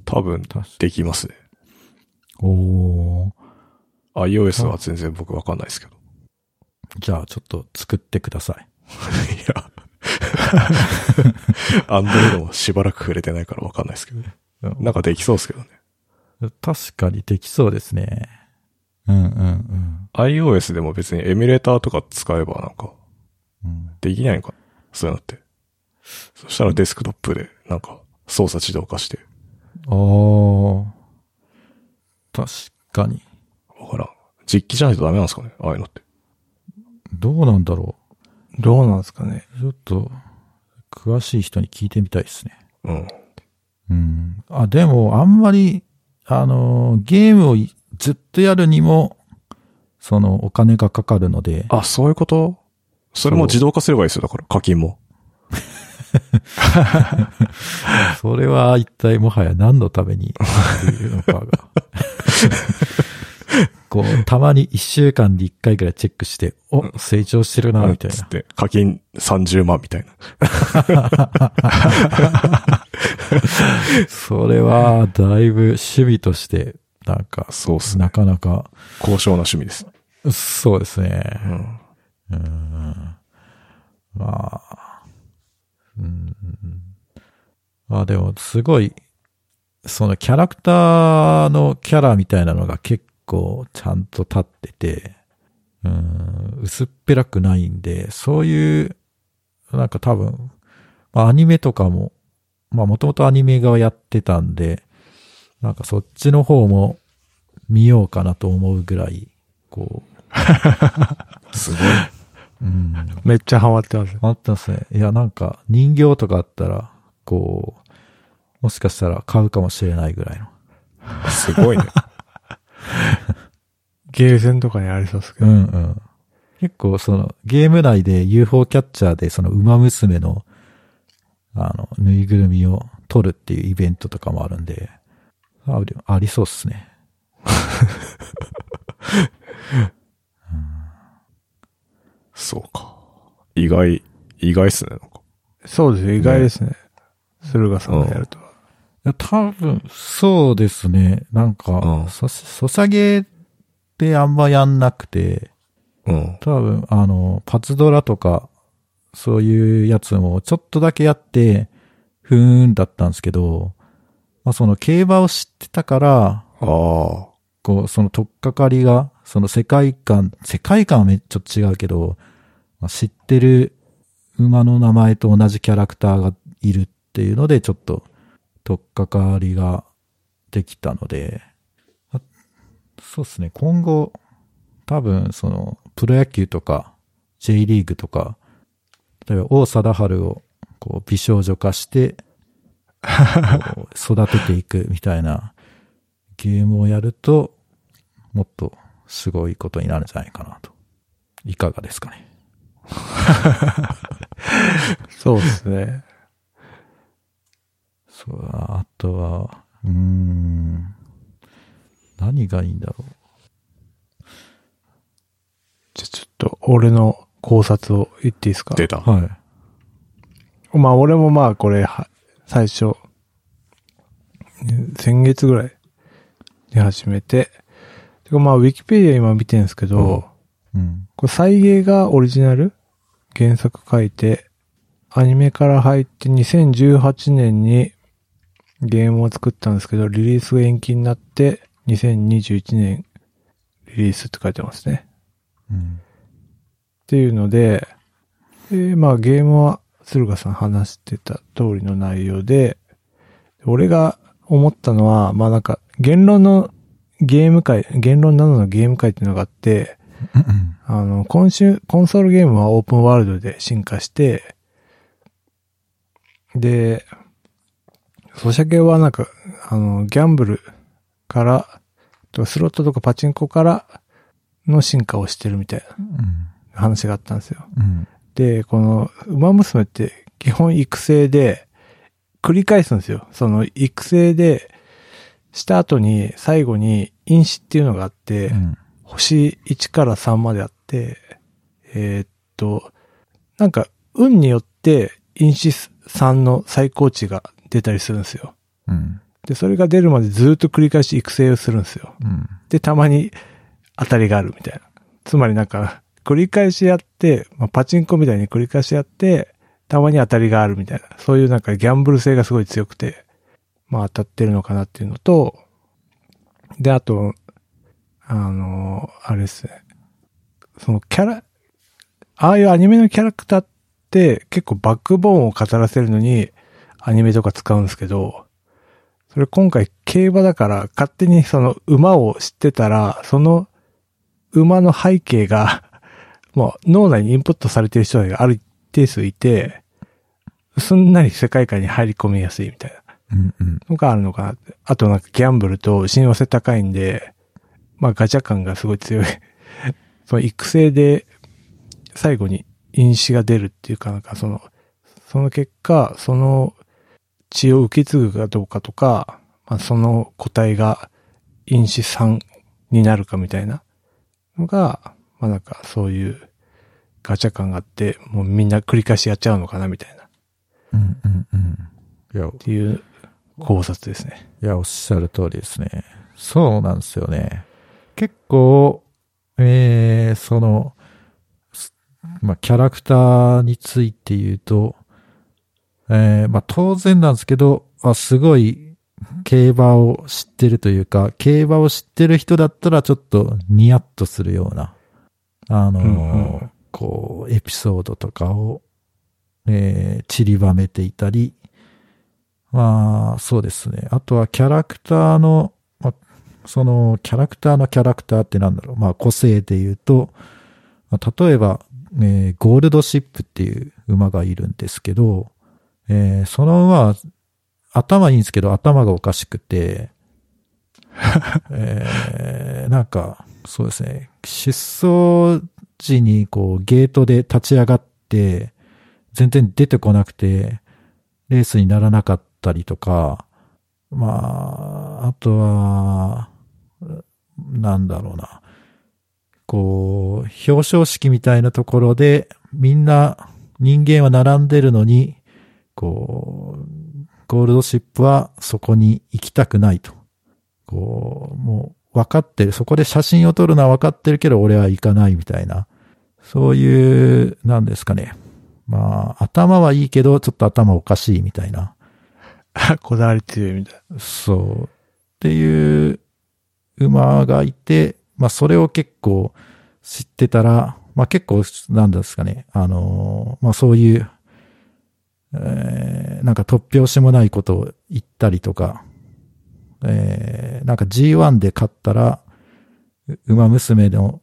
多分、確かできますね。おお iOS は全然僕わかんないですけど。じゃあちょっと作ってください。いや。アンドロイドもしばらく触れてないからわかんないですけどね。なんかできそうですけどね。確かにできそうですね。うんうん iOS でも別にエミュレーターとか使えばなんかうん。うん、できないのかなそういうのって。そしたらデスクトップでなんか操作自動化して。お確かに。わからん。実機じゃないとダメなんですかねああいうのって。どうなんだろどうなんですかね。う。ちょっと、詳しい人に聞いてみたいですね。うん。うん。あ、でも、あんまり、あのー、ゲームをいずっとやるにも、その、お金がかかるので、あ、そういうことそれも自動化すればいいですよ。だから課金も。それは一体もはや何のためにやっているのかが。こう、たまに一週間で一回ぐらいチェックして、お、成長してるな、みたいつっな。て課金30万みたいな。それは、だいぶ趣味として、なんか、そうっすね。なかなか、高尚な趣味です。そうですね。うん。うーんまあ、うん。まあでも、すごい、そのキャラクターのキャラみたいなのが結構ちゃんと立ってて、うん、薄っぺらくないんで、そういう、なんか多分、まあアニメとかも、まあもともとアニメ側やってたんで、なんかそっちの方も見ようかなと思うぐらい、こすごい。う、うん、めっちゃハマってます。あったんすね。いや、なんか、人形とかあったら、こう、もしかしたら買うかもしれないぐらいの。すご いね。ゲーセンとかにありそうですけうど。んうん。結構、その、ゲーム内で UFO キャッチャーで、その、馬娘の、あの、ぬいぐるみを取るっていうイベントとかもあるんで、ありありそうっすね。そうか。意外、意外っすね。なんかそうですよ。意外ですね。駿河さんがやるとは。いや多分、そうですね。なんか、うんそ、そさげってあんまやんなくて、うん。多分、あの、パズドラとか、そういうやつもちょっとだけやって、ふーんだったんですけど、まあその競馬を知ってたから、あこう、その取っかかりが、その世界観、世界観はめちょっと違うけど、まあ、知ってる馬の名前と同じキャラクターがいるっていうので、ちょっと取っかかりができたので、あそうですね、今後、多分、その、プロ野球とか、J リーグとか、例えば王貞治を、こう、美少女化して、こう育てていくみたいな、ゲームをやると、もっとすごいことになるんじゃないかなと。いかがですかね。そうですね。そうだなあとは、うーん。何がいいんだろ じゃあちょっと、俺の考察を言っていいですかあ。出たう。。はい。まあ俺もまあこれは、最初、先月ぐらいに始めて、てかまあウィキペディア今見てるんですけど、うん。これ再芸がオリジナル原作書いて、アニメから入って2018年にゲームを作ったんですけど、リリースが延期になって、2021年リリースって書いてますね。うん。っていうので、えーまあゲームは鶴ヶさん話してた通りの内容で、俺が思ったのは、まあなんか言論のゲーム会、言論などのゲーム会っていうのがあって、うんあの、今週、コンソールゲームはオープンワールドで進化して、で、ソシャゲはなんか、あの、ギャンブルから、とスロットとかパチンコからの進化をしてるみたいうん。な話があったんですよ。うん。で、この、馬娘って基本育成で、繰り返すんですよ。その育成で、した後に、最後に、飲酒っていうのがあって、うん星1から3まであって、えーっと、なんか、運によって、因子3の最高値が出たりするんですよ。うん。で、それが出るまでずっと繰り返し育成をするんですよ。うん。で、たまに当たりがあるみたいな。つまりなんか、繰り返しやって、まあ、パチンコみたいに繰り返しやって、たまに当たりがあるみたいな。そういうなんかギャンブル性がすごい強くて、まあ当たってるのかなっていうのと、で、あと、あのあれですね。そのキャラ、ああいうアニメのキャラクターって結構バックボーンを語らせるのにアニメとか使うんですけど、それ今回競馬だから勝手にその馬を知ってたら、その馬の背景が、 もう脳内にインプットされてる人がある一定数いて、すんなり世界観に入り込みやすいみたいなうん。うん。のがあるのかなって。あとなんかギャンブルと信用性高いんで、まあガチャ感がすごい強い。 その育成で最後に因子が出るっていうかなんかその、その結果、その血を受け継ぐかどうかとか、まあその個体が因子3になるかみたいなのが、まあなんかそういうガチャ感があって、もうみんな繰り返しやっちゃうのかなみたいなっうん。うん。うん。いや、ていう考察ですね。 いや、おっしゃる通りですね。そうなんですよね。結構、えー、その、すまあ、キャラクターについて言うと、えー、まあ、当然なんですけど、あ、すごい、競馬を知ってるというか、競馬を知ってる人だったらちょっとニヤッとするような、あのーうんうんこう、エピソードとかを、えー、散りばめていたり、まあ、そうですね。あとはキャラクターの、まあ、その、キャラクターのキャラクターってなんだろう。まあ、個性で言うと、まあ例えば、えーゴールドシップっていう馬がいるんですけど、えーその馬は、頭いいんですけど、頭がおかしくて、えーなんか、そうですね。失踪時に、こう、ゲートで立ち上がって、全然出てこなくて、レースにならなかったりとか、まあ、あとは、なんだろうな。こう、表彰式みたいなところで、みんな人間は並んでるのに、こう、ゴールドシップはそこに行きたくないと。こう、もう分かってる。そこで写真を撮るのは分かってるけど、俺は行かないみたいな。そういう、なんですかね。まあ、頭はいいけど、ちょっと頭おかしいみたいな。こだわり強いみたいな。そう。っていう馬がいて、まあそれを結構知ってたら、まあ結構、なんですかね、あのーまあそういう、えー、なんか突拍子もないことを言ったりとか、えー、なんか G1 で勝ったら、う馬娘の、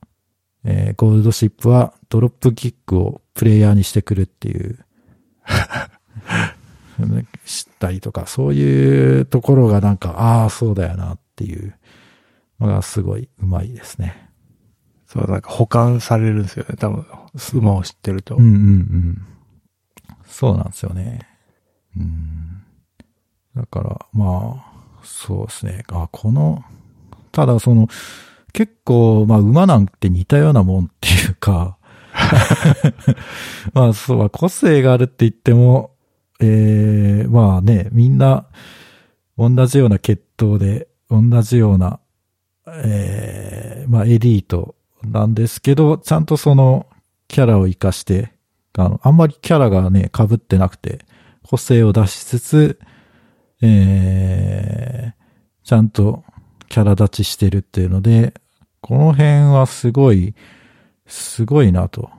えーゴールドシップはドロップキックをプレイヤーにしてくるっていう、知ったりとか、そういうところがなんか、ああ、そうだよなっていうのがすごいうまいですね。そう、なんか保管されるんですよね、多分。馬を知ってると。うんうんうん。そうなんですよね。うん。だから、まあ、そうですね。あ、この、ただその、結構、まあ、馬なんて似たようなもんっていうか、 まあ、そう、まあ個性があるって言っても、ええまあね、みんな、同じような血統で、同じような、ええまあ、エリートなんですけど、ちゃんとそのキャラを活かして、あの、あんまりキャラがね、被ってなくて、個性を出しつつ、えー、ちゃんとキャラ立ちしてるっていうので、この辺はすごい、すごいなと。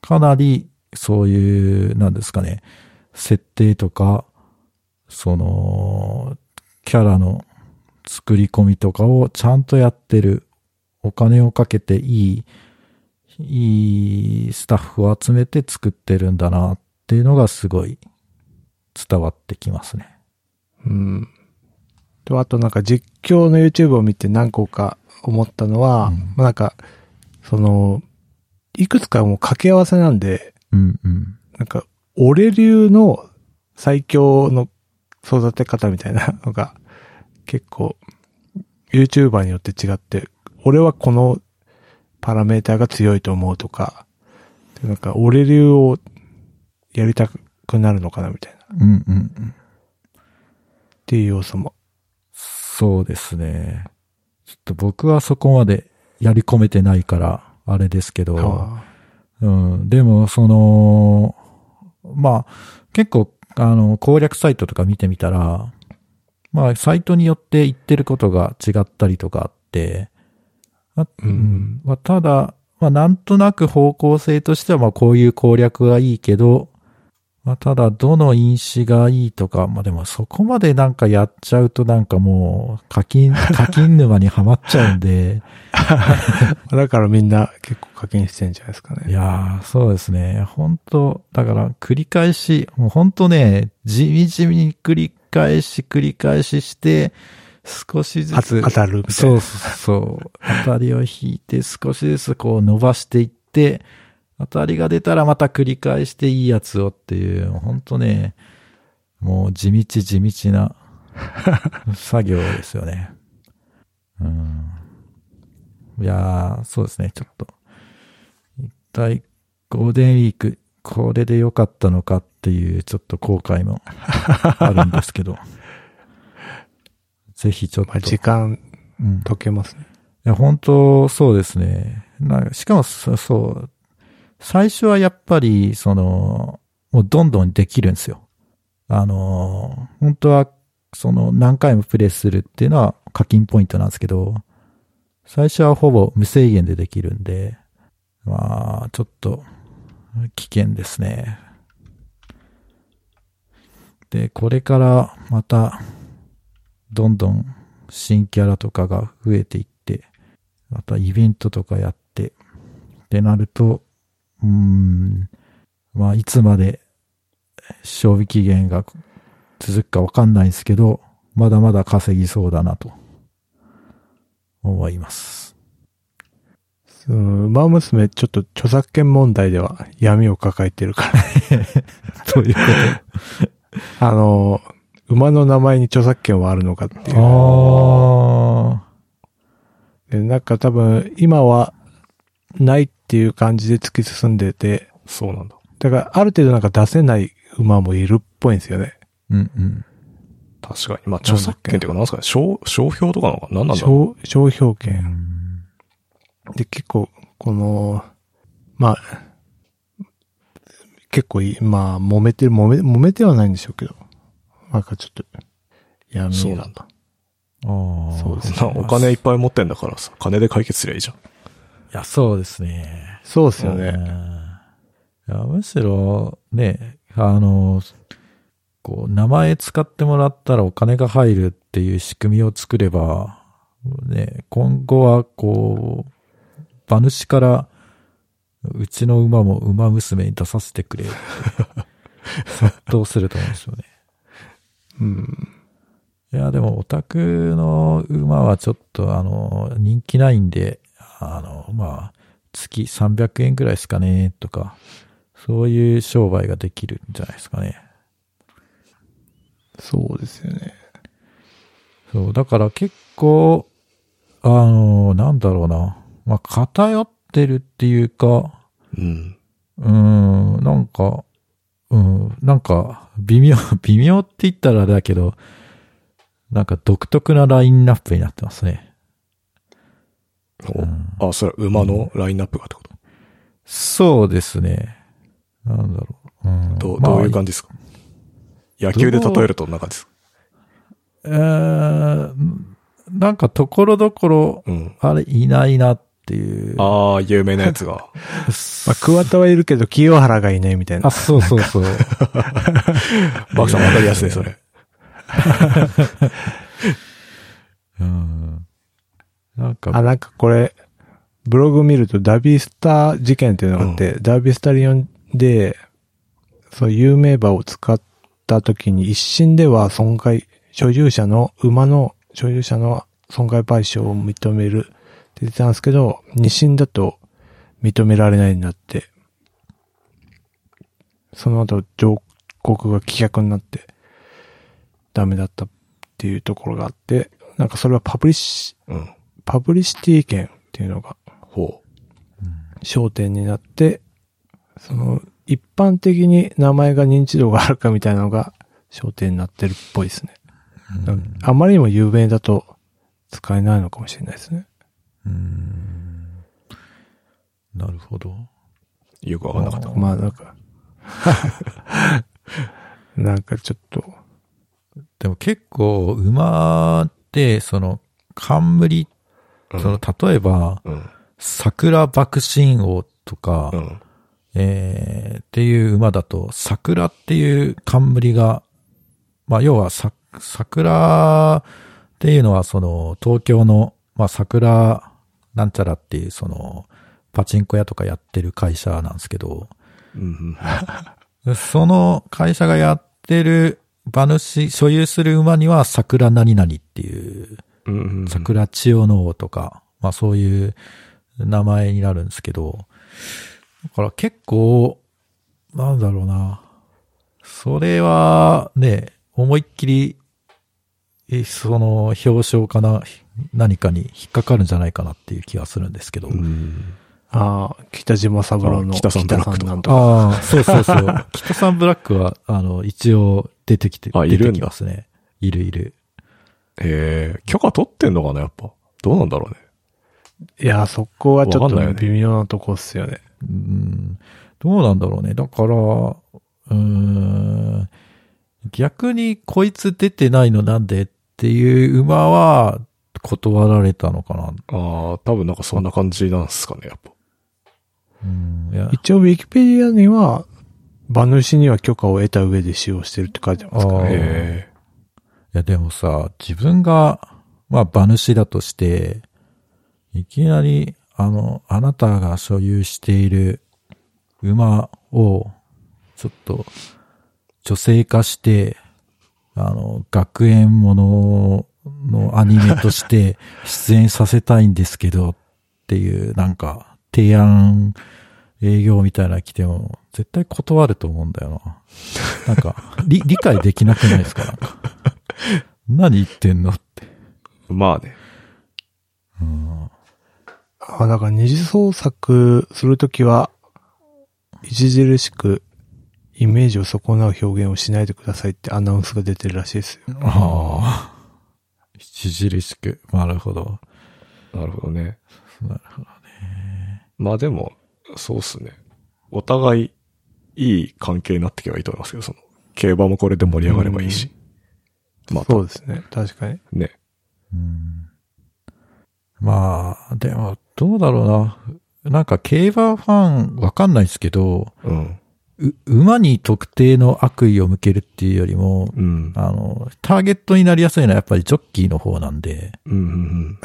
かなり、そういう、なんですかね、設定とか、その、キャラの作り込みとかをちゃんとやってる、お金をかけていい、いいスタッフを集めて作ってるんだなっていうのがすごい伝わってきますね。うん。と、あとなんか実況の YouTube を見て何個か思ったのは、うんまあなんか、その、いくつかもう掛け合わせなんで、うんうん。なんか、俺流の最強の育て方みたいな のが、結構、YouTuber によって違って、俺はこのパラメーターが強いと思うとか、でなんか、俺流をやりたくなるのかなみたいな、っうんうんうん。ていう要素も。そうですね。ちょっと僕はそこまでやり込めてないから、あれですけど、あうん、でも、その、まあ、結構、あの、攻略サイトとか見てみたら、まあ、サイトによって言ってることが違ったりとかあって、あうんまあ、ただ、まあ、なんとなく方向性としては、まあ、こういう攻略がいいけど、まあ、ただ、どの因子がいいとか、まあ、でも、そこまでなんかやっちゃうと、なんかもう、課金、 課金沼にはまっちゃうんで、あだからみんな結構課金してんじゃないですかいね。やー、そうですね。本当だから繰り返し、もう本当ね、地味地味に繰り返し繰り返しして、少しずあつ当、たるみたいそな。うそうそう、当たりを引いて少しずつこう伸ばしていって、当たりが出たらまた繰り返していいやつをっていう、本当ね、もう地道地道 な作業ですよね。うん。いやー、そうですね、ちょっと。一体ゴールデンウィーク、これで良かったのかっていう、ちょっと後悔もあるんで すけど。ぜひちょっとま。あ時間うん解けますね。いや、本当そうですね。なんかしかもそ、そう、最初はやっぱり、その、もうどんどんできるんですよ。あの、本当は、その、何回もプレイするっていうのは課金ポイントなんですけど、最初はほぼ無制限でできるんで、まあ、ちょっと、危険ですね。で、これからまた、どんどん新キャラとかが増えていって、またイベントとかやって、ってなると、うーん、まあ、いつまで賞味期限が続くかわかんないですけど、まだまだ稼ぎそうだなと、思います。うん、ウマ娘ちょっと著作権問題では闇を抱えてるから。というこあの、馬の名前に著作権はあるのかっていと。う。あでなんか多分今はないっていう感じで突き進んでて、そうなんだ。だからある程度なんか出せない馬もいるっぽいんですよね。ー。うんうん。確かに。まあ、著作権っていうか、なんですかね、商、商標とかのかなんなんだろ商商標う権。んで、結構、この、まあ、結構いい、まあ、揉めてる、揉め、揉めてはないんでしょうけど。なんかちょっと、闇がそうなんだ。あーそうですう。なお金いっぱい持ってんだからさ、金で解決すりゃいいじゃん。いや、そうですね。そうですようね。んいやむしろ、ね、あの、こう、名前使ってもらったらお金が入るっていう仕組みを作れば、ね、今後は、こう、馬主から、うちの馬も馬娘に出させてくれって、殺到すると思うんですよね。うん。いや、でも、オタクの馬はちょっと、あの、人気ないんで、あの、まあ、月300円くらいですかね、とか、そういう商売ができるんじゃないですかね。そうですよね。そう、だから結構、あの、なんだろうな。まあ、偏ってるっていうか、うん。うーん、なんか、うん、なんか、微妙、 微妙って言ったらあれだけど、なんか独特なラインナップになってますね。うんおあ、それは馬のラインナップがってことそうですね。なんだろう。うんどうまあどういう感じですか野球で例えるとどんな感じですかえーなんかところどころ、うん。あれいないなっていう。ああ、有名なやつ が。まあ、桑田はいるけど、清原がいないみたいなあ、。そうそうそう。バクさんわかりやすいね、それ。うん。なんか、あ、なんかこれ、ブログ見るとダビースター事件っていうのがあって、ダービースタリオンで、そう、有名馬を使った時に一審では損害、所有者の、馬の所有者の損害賠償を認めるって言ってたんですけど、二審だと認められないになって、その後上告が棄却になって、ダメだったっていうところがあって、なんかそれはパブリッシうん。パブリシティ権っていうのがほう。焦点になって、その一般的に名前が認知度があるかみたいなのが焦点になってるっぽいですね。うんあまりにも有名だと使えないのかもしれないですね。うんなるほど。よくわかんなかった。まあなん か、なんかちょっと、でも結構、馬って、その、冠、うんその、例えば、うん。桜爆心王とか、うん。えーっていう馬だと、桜っていう冠が、まあ、要はさ、桜っていうのは、その、東京の、まあ、桜なんちゃらっていう、その、パチンコ屋とかやってる会社なんですけど、うん。その会社がやってる馬主、所有する馬には桜何々っていう、うん。桜千代の王とか、まあそういう名前になるんですけど、だから結構、なんだろうな。それはね、思いっきり、えその表彰かな、何かに引っかかるんじゃないかなっていう気がするんですけど。うん。ああ、北島三郎のあ北さんブラックとなんとか。ああ、そうそうそう。 北さんブラックは、あの、一応出てきて、あい出るんだてきますね。いるいる。ええ、許可取ってんのかな、やっぱ。どうなんだろうね。いや、そこはちょっわかとんないよね微妙なとこっすよね。うん、どうなんだろうね。だから、うーん、逆にこいつ出てないのなんでっていう馬は断られたのかな。ああ、多分なんかそんな感じなんすかね、やっぱ。うん、いや一応、ウィキペディアには、馬主には許可を得た上で使用してるって書いてますからあーね。えいや、でもさ、自分が、まあ、馬主だとして、いきなり、あの、あなたが所有している馬を、ちょっと、女性化して、あの、学園もののアニメとして出演させたいんですけど、っていう、なんか、提案、営業みたいなの来ても、絶対断ると思うんだよな。なんか、理、理解できなくないですかなんか。何言ってんのって。え。まあね。うん。あ、だから二次創作するときは、著しくイメージを損なう表現をしないでくださいってアナウンスが出てるらしいですよ。ああ。著しく。なるほど。なるほどね。なるほど。まあでも、そうっすね。お互い、いい関係になってけばいいと思いますけど、その、競馬もこれで盛り上がればいいし。またそうですね。確かに。ね。うん。まあ、でも、どうだろうな。なんか、競馬ファン、わかんないですけど、うん。う、馬に特定の悪意を向けるっていうよりも、うん。あの、ターゲットになりやすいのはやっぱりジョッキーの方なんで、うんうん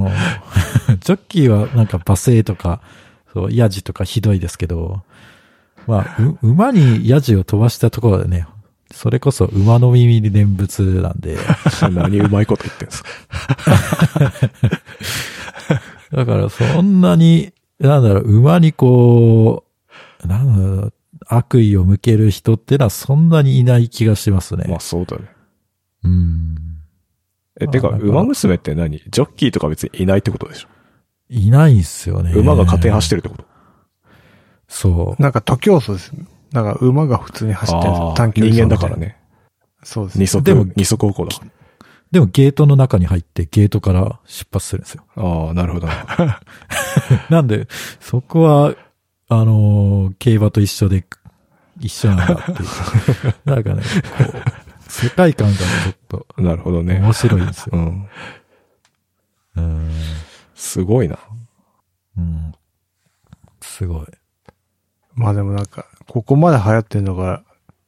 う んジョッキーはなんか罵声とか、そう、ヤジとかひどいですけど、まあ、う馬にヤジを飛ばしたところでね、それこそ馬の耳に念仏なん で、うん。何うまいこと言ってん すか。だからそんなに、なんだろう、馬にこう、なんだろう、悪意を向ける人ってのはそんなにいない気がしますね。まあそうだね。うん。え、てか、まあなんか馬娘って何ジョッキーとか別にいないってことでしょいないんすよね。馬が勝手に走ってるってことそう。なんか徒競走です。なんか馬が普通に走ってるんですよあー短距離走人間みたいなだからね。そうですね二足、でも二足歩行だから。でもゲートの中に入ってゲートから出発するんですよ。ああ、なるほど。 なんで、そこは、あのー競馬と一緒で、一緒なんだって いう。なんかね、こう、世界観がねちょっと なるほどね。面白いんですよ。う ん。うん。すごいな。うん。すごい。まあでもなんか、ここまで流行ってんのが、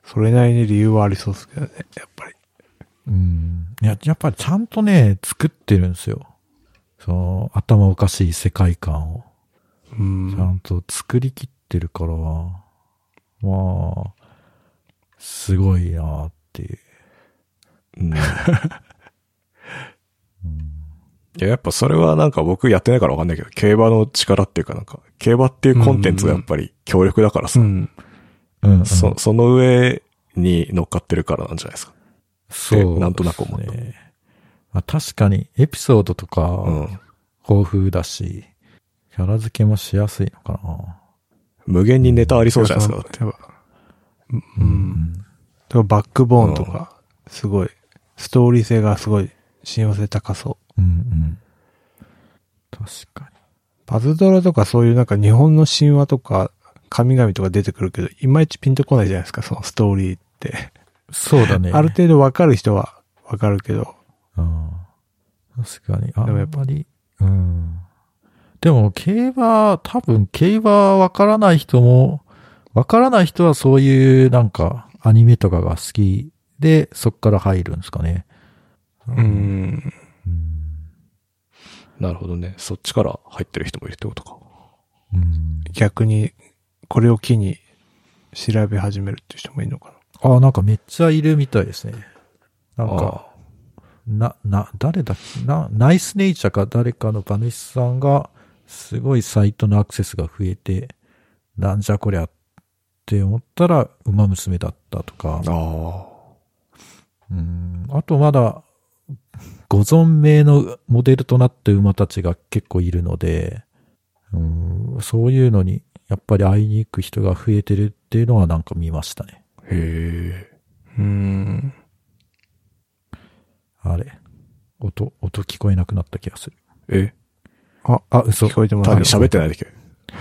それなりに理由はありそうですけどね、やっぱり。うん。いや、やっぱりちゃんとね、作ってるんですよ。その、頭おかしい世界観を。うちゃん。んと作りきってるから、まあ、すごいなっていう。うん、 いうんや、やっぱそれはなんか僕やってないからわかんないけど、競馬の力っていうかなんか、競馬っていうコンテンツがやっぱり強力だからうさ、ん。うん、うんそその上に乗っかってるからなんじゃないですか。そうですねなんとなく思ったまあ、確かに、エピソードとうか、ん。豊富だし、キャラ付けもしやすいのかな。無限にネタありそうじゃないですか、だって。やっぱうん。でもバックボーンとか、すごい、ストーリー性がすごい、信用性高そう。うんうん。確かパズドラとかそういうなんか日本の神話とか神々とか出てくるけど、いまいちピンとこないじゃないですか、そのストーリーって。に。そうだね。ある程度わかる人はわかるけど、うん。確かに。あでもやっんぱまり。うん。でも、競馬、多分、競馬わからない人も、わからない人はそういう、なんか、アニメとかが好きで、そっから入るんですかね。うん。うん。なるほどね。そっちから入ってる人もいるってことか。うん。逆に、これを機に調べ始めるっていう人もいるのかあ、なんかめっちゃいるみたいですね。なんか、あな、な、誰だっけな、ナイスネイチャーか誰かの馬主さんが、すごいサイトのアクセスが増えて、なんじゃこりゃって思ったら、馬娘だったとかあ。、あうん、あとまだ、ご存命のモデルとなった馬たちが結構いるので、うん、そういうのに、やっぱり会いに行く人が増えてるっていうのはなんか見ましたね。あ。へえ。な。うん。あれ。音、音聞こえなくなった気がする。えあ、あ、嘘聞。こえてもら単えに喋ってないだけ。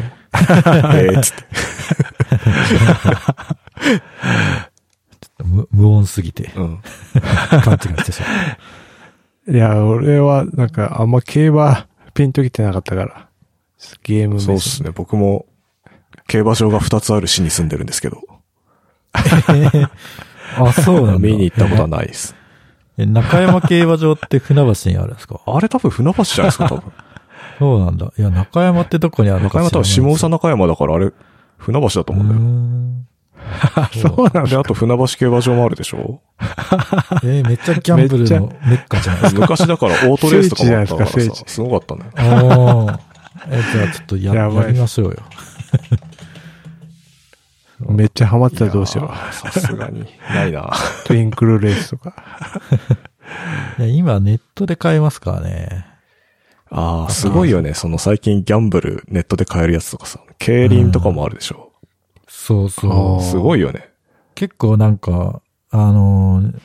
ええ、つって。無無音すぎ て、うん。勘違いしてしまっいや、俺はなんかあんま競馬ピンときてなかったから、ちょっとゲームそうでっすね。僕も、競馬場が2つある市に住んでるんですけど、た。 あ、そうなんだ。見に行ったことはないです。え中山競馬場って船橋にあるんですかあれ多分船橋じゃないですか、 多分。そうなんだ。いや、中山ってどこにあるの中か山多分知ら下ないん尾ですさよん中山だからあれ、船橋だと思うんだよ。そうなんだで、あと船橋競馬場もあるでしょうーんえーめっちゃギャンブルのメッカじゃないですか。昔だからオートレースとかもあったから聖地じゃないですか聖、地さすごかったね。おーえじゃあちょっとややばいやりましょうよ。めっちゃハマってたらどうしよいうや。ーさすがに。ないな。トゥインクルレースとか。いや、今ネットで買えますからね。ああ、すごいよね。その最近ギャンブルネットで買えるやつとかさ、競輪とかもあるでしょ。そうあーそう。すごいよね。結構なんか、あのー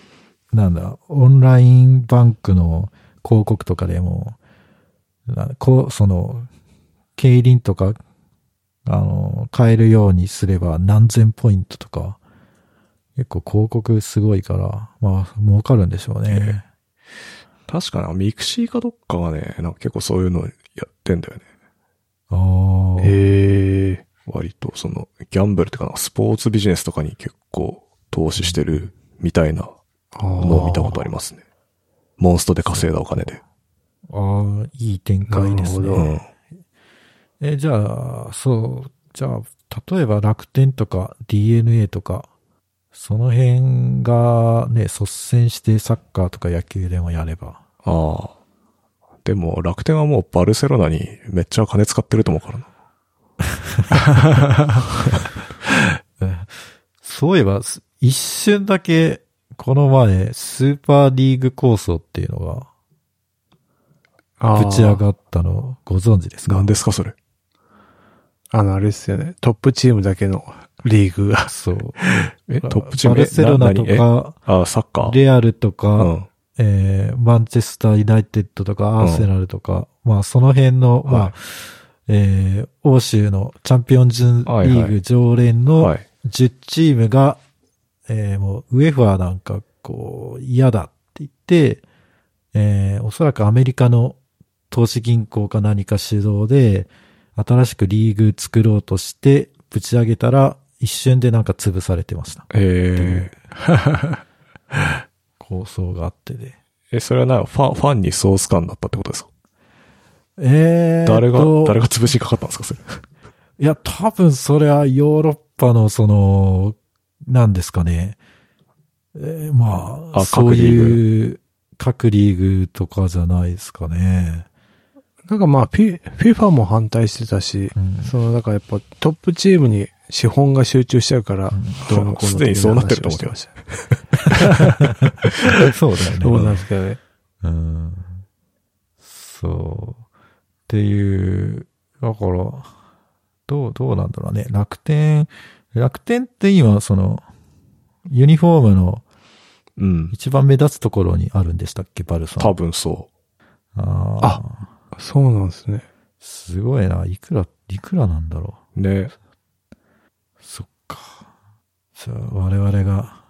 なんだ、オンラインバンクの広告とかでも、なこう、その、競輪とか、あのー買えるようにすれば何千ポイントとか、結構広告すごいから、まあ、儲かるんでしょうね。確かに、ミクシーかどっかがね、なんか結構そういうのやってんだよね。ああ。へえ。割と、その、ギャンブルっていうかな、スポーツビジネスとかに結構投資してるみたいなのを見たことありますね。モンストで稼いだお金で。ああ、いい展開ですなるほね。どうん。え、じゃあ、そう、じゃあ、例えば楽天とか DNA とか、その辺がね、率先してサッカーとか野球でもやれば。ああ。でも、楽天はもうバルセロナにめっちゃ金使ってると思うからな。そういえば、す一瞬だけ、この前、スーパーリーグ構想っていうのが、ぶち上る。がったの、ご存知ですか何ですか、それ。あの、あれっすよね。トップチームだけのリーグが。 そう。え、トップチームバルセロナとえな何えか、あ、サッカーレアルとか、うん。えーマンチェスター・ユナイテッドとかアーセナルとか、まあその辺の、まはあ、えー欧州のチャンピオンズリはいーはグ常連のはい。 10チームが、えーもうウェファーなんかこう嫌だって言って、えーおそらくアメリカの投資銀行か何か主導で、新しくリーグ作ろうとして、ぶち上げたら、一瞬でなんか潰されてました。え構想があってで。え、それはな、ファン、ファンにソース感だったってことですかえーっと、誰が、誰が潰しにかかったんですかそれ。いや、多分それはヨーロッパのその、なんですかね。えーまあ、あそ各うリーグいう、各リーグとかじゃないですかね。なんかまあ、P、FIFA も反対してたし、うんその、だからやっぱトップチームに資本が集中しちゃうから、どうのこうのすでにそうなってると思うけど話をしてまし そうだよね。たそうなんですけどね。うんそう。っていう、だから、どう、どうなんだろうね。楽天、楽天って今、その、ユニフォームのうん。一番目立つところにあるんでしたっけ、バルサン。多分そああ。そうなんですね。すごいな。いくら、いくらなんだろう。ね。う。そっか。そう、我々が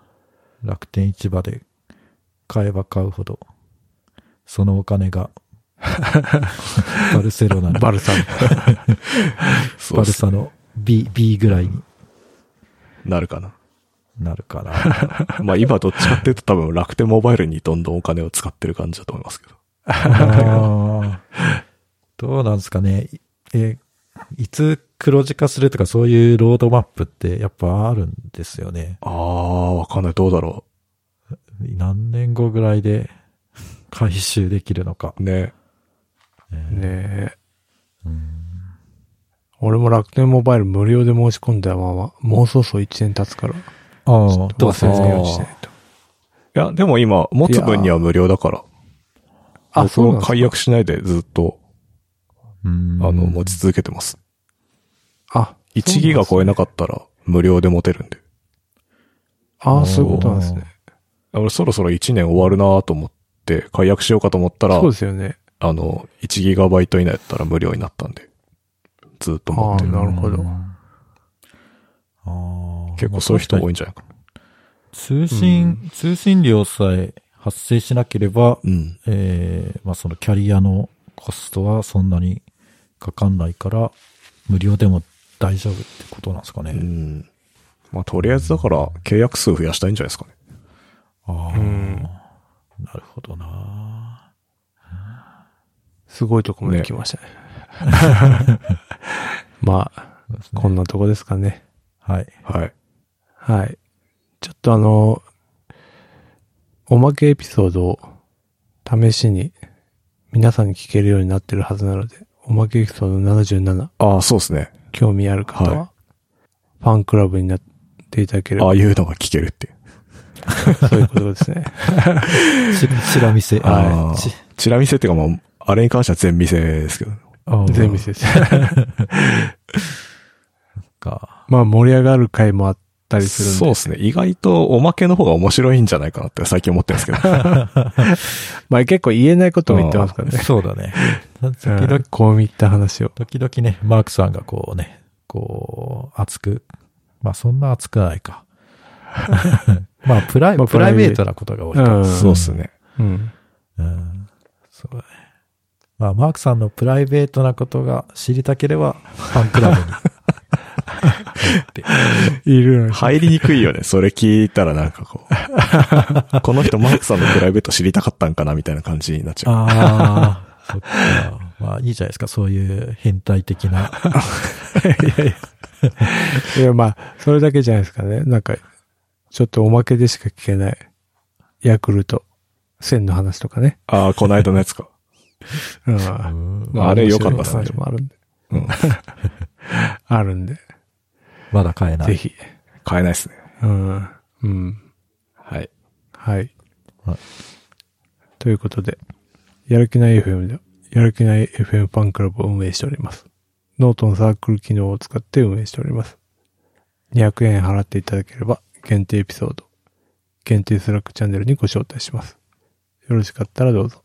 楽天市場で買えば買うほど、そのお 金が、バルセロナにバルサン。そうバっルすサの B、B ぐらいになるかな。なるかな。 まあ今どっちかっていうと多分楽天モバイルにどんどんお金を使ってる感じだと思いますけど。あーどうなんですかね。いえ、いつ黒字化するとかそういうロードマップってやっぱあるんですよね。ああ、わかんない。どうだろ何年後ぐらいで回収できるのか。う。ね。ねねえ。うん俺も楽天モバイル無料で申し込んだまま、もうそろそろ1年経つから、ああ、どうす忘るれすなるいようにしないと。いや、でも今、持つ分には無料だから。あ、僕そうなんもですか解約しないでずっと、ああの、持ち続けてます。あ、 1ギガ超えなかったら無料で持てるんで。ああ、そういうことなんですね。俺そろそろ1年終わるなと思って、解約しようかと思ったら、そうですよね。あの、1ギガバイト以内だったら無料になったんで、ずっと持ってるあ。なるほどああ。結構そういう人多いんじゃないかな。通信、通信料さえ発生しなければ、うん。えーまあそのキャリアのコストはそんなにかかんないから、無料でも大丈夫ってことなんですかね。うん。まあ、とりあえずだから、契約数増やしたいんじゃないですかね。ああ、うんなるほどな。すごいとこまで来ましたね。 まあ、そうですねこんなとこですかね。はい。はい。はい。ちょっとあの、おまけエピソードを試しに皆さんに聞けるようになってるはずなので、おまけエピソード77、ああ、そうですね。興味ある方はは、ファンクラブになっていただけれあばあ、いうのが聞けるっていう。そういうことです ね。し、しらみせ。あーちチラ見せっていうか、まあ、あれに関しては全見せですけど。あー全部です。 か。まあ盛り上がる回もあったりするんで。そうですね。意外とおまけの方が面白いんじゃないかなって最近思ってるんですけど。まあ結構言えないことも言ってますからね。そうだね。時うん々、こういった話を。時々ね、マークさんがこうね、こう、熱く、まあそんな熱くはない か。まあプライ、まあプライベートなことが多いかうん そうですね。うん。うんそうだね。まあ、マークさんのプライベートなことが知りたければ、ファンクラブに。っているのに入りにくいよね。それ聞いたらなんかこ う。この人マークさんのプライベート知りたかったんかなみたいな感じになっちゃ う。ああ、そっか。まあ、いいじゃないですか。そういう変態的な。いや、まあ、それだけじゃないですかね。なんか、ちょっとおまけでしか聞けない。ヤクルト、線の話とかね。 ああ、この間のやつか。うん。うんまあれ良かったですね面白い話もあるんで。うん。 あるんで、まだ買えなぜい。ひ。買えないですね。うん。うん。はい。はい。はいということで、やる気ない FM では、やる気ない FM ファンクラブを運営しております。ノートのサークル機能を使って運営しております。200円払っていただければ、限定エピソード、限定スラックチャンネルにご招待します。よろしかったらどうぞ。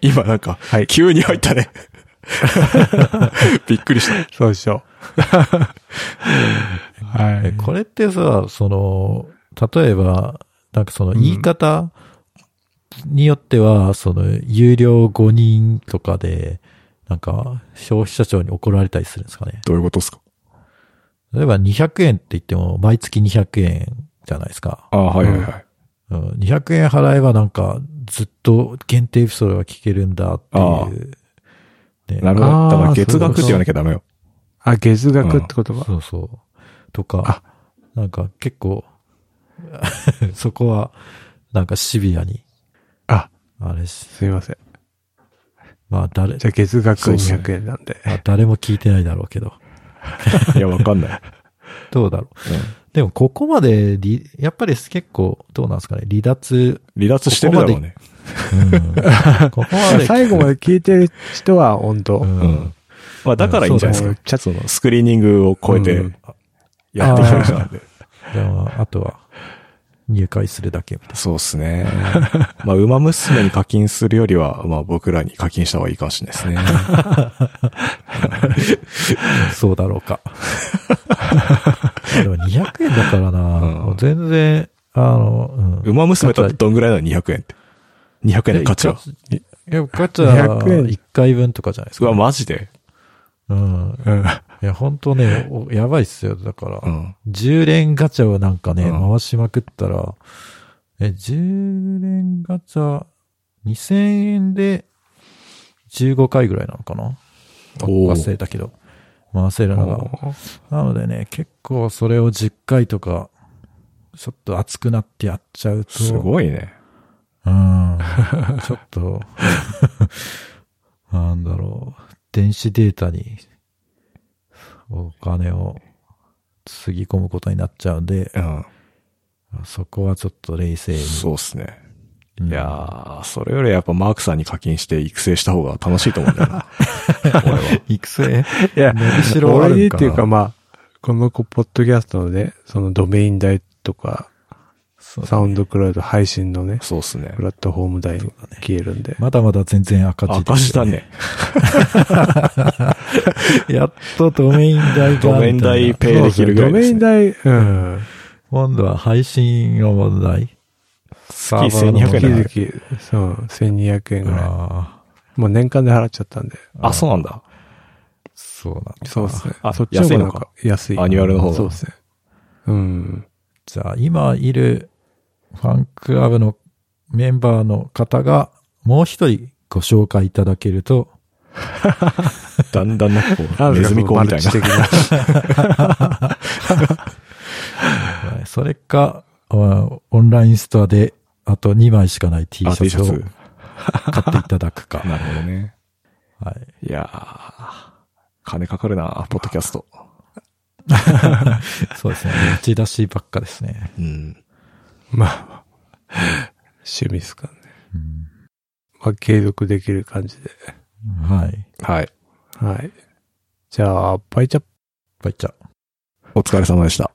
今なんか、はい。急に入った ね。びっくりした。そうでしょ う。はえい。これってさ、その、例えば、なんかそのうん言い方によっては、その、有料5人とかで、なんか、消費者庁に怒られたりするんですかね。どういうことですか例えば200円って言っても、毎月200円じゃないですか。ああ、はいいははいいははい。うん、200円払えばなんか、ずっと限定エピソードが聞けるんだっていう。ねなるほあど。ーだから月額って言わなきゃダメよ。あ、月額って言葉。そうそう。とか、なんか結構、 そこは、なんかシビアに、あ、あれし、すいません。まあ誰、じゃあ月額そうですね200円なんで。まあ誰も聞いてないだろうけど、 いや、わかんない。どうだろう。でもここまでり、やっぱり結構、どうなんですかね、離脱、離脱してるだろうね。うん、 ここまで、最後まで聞いてる人は本当、うん、うんまあ、だからいいんじゃないうんそうでだすねか。そのスクリーニングを超えてうんやってきた人なんで。でもあとは、入会するだけみたいな。 そうですね。まあ、馬娘に課金するよりは、まあ、僕らに課金した方がいいかもしれない ですね。そうだろうか。でも200円だからな、うんもう全然、あの、うん。馬娘とどんぐらいなの ?200 円って。200円の価値は。いや、ガチャ200円1回分とかじゃないですうか。わ、マジでうん。うんいや、本当ね、おやばいっすよ。だから、うん。 10連ガチャをなんかね、うん回しまくったら、え、10連ガチャ、2000円で15回ぐらいなのかなおー忘れたけど、回せるのが。なのでね、結構それを10回とか、ちょっと熱くなってやっちゃうと、すごいね。うん。 ちょっと、 なんだろう。電子データにお金をつぎ込むことになっちゃうんで、うん。そこはちょっと冷静に。そうですね。うんいやー、それよりやっぱマークさんに課金して育成した方が楽しいと思うんだ よな。俺は。 育成いや、伸びしろあ俺にるんっかていうかな。まあ、このポッドキャストのね、そのドメイン代とか、そうサウンドクラウド配信のね、そうですねプ。ラットフォーム代に消えるんで。まだまだ全然赤字です赤字だ。ね。 やっとドメイン代が。ドメイン代みたいペイできるぐらいですねそうですねドメイン代、うん。な今度は配信の問題。月ーバーの問1200円月だ々ね。、そう、1200円ぐらああ、い。もう年間で払っちゃったんで。あ、そうなんだ。そうなんだ。そうですね。あそっちの方がなんか安い。アニュアルの方がそうですね。うん。じゃあ、今いるファンクラブのメンバーの方が、もう一人ご紹介いただけると、だんだんなんかこう、ネズミ講みたいなマ。ルチ的な はいそれか、あオンラインストアで、あと2枚しかない T シあ、T シャャツをツ。買っていただくか。 なるほどね。はい。 いやー、金かかるな、ポッドキャスト。そうですね。打ち出しばっかですね。うん。まあ、趣味ですからね。うんまあ、継続できる感じで。はい。はい。はい。じゃあ、バイチャップバイチャ。お疲れ様でした。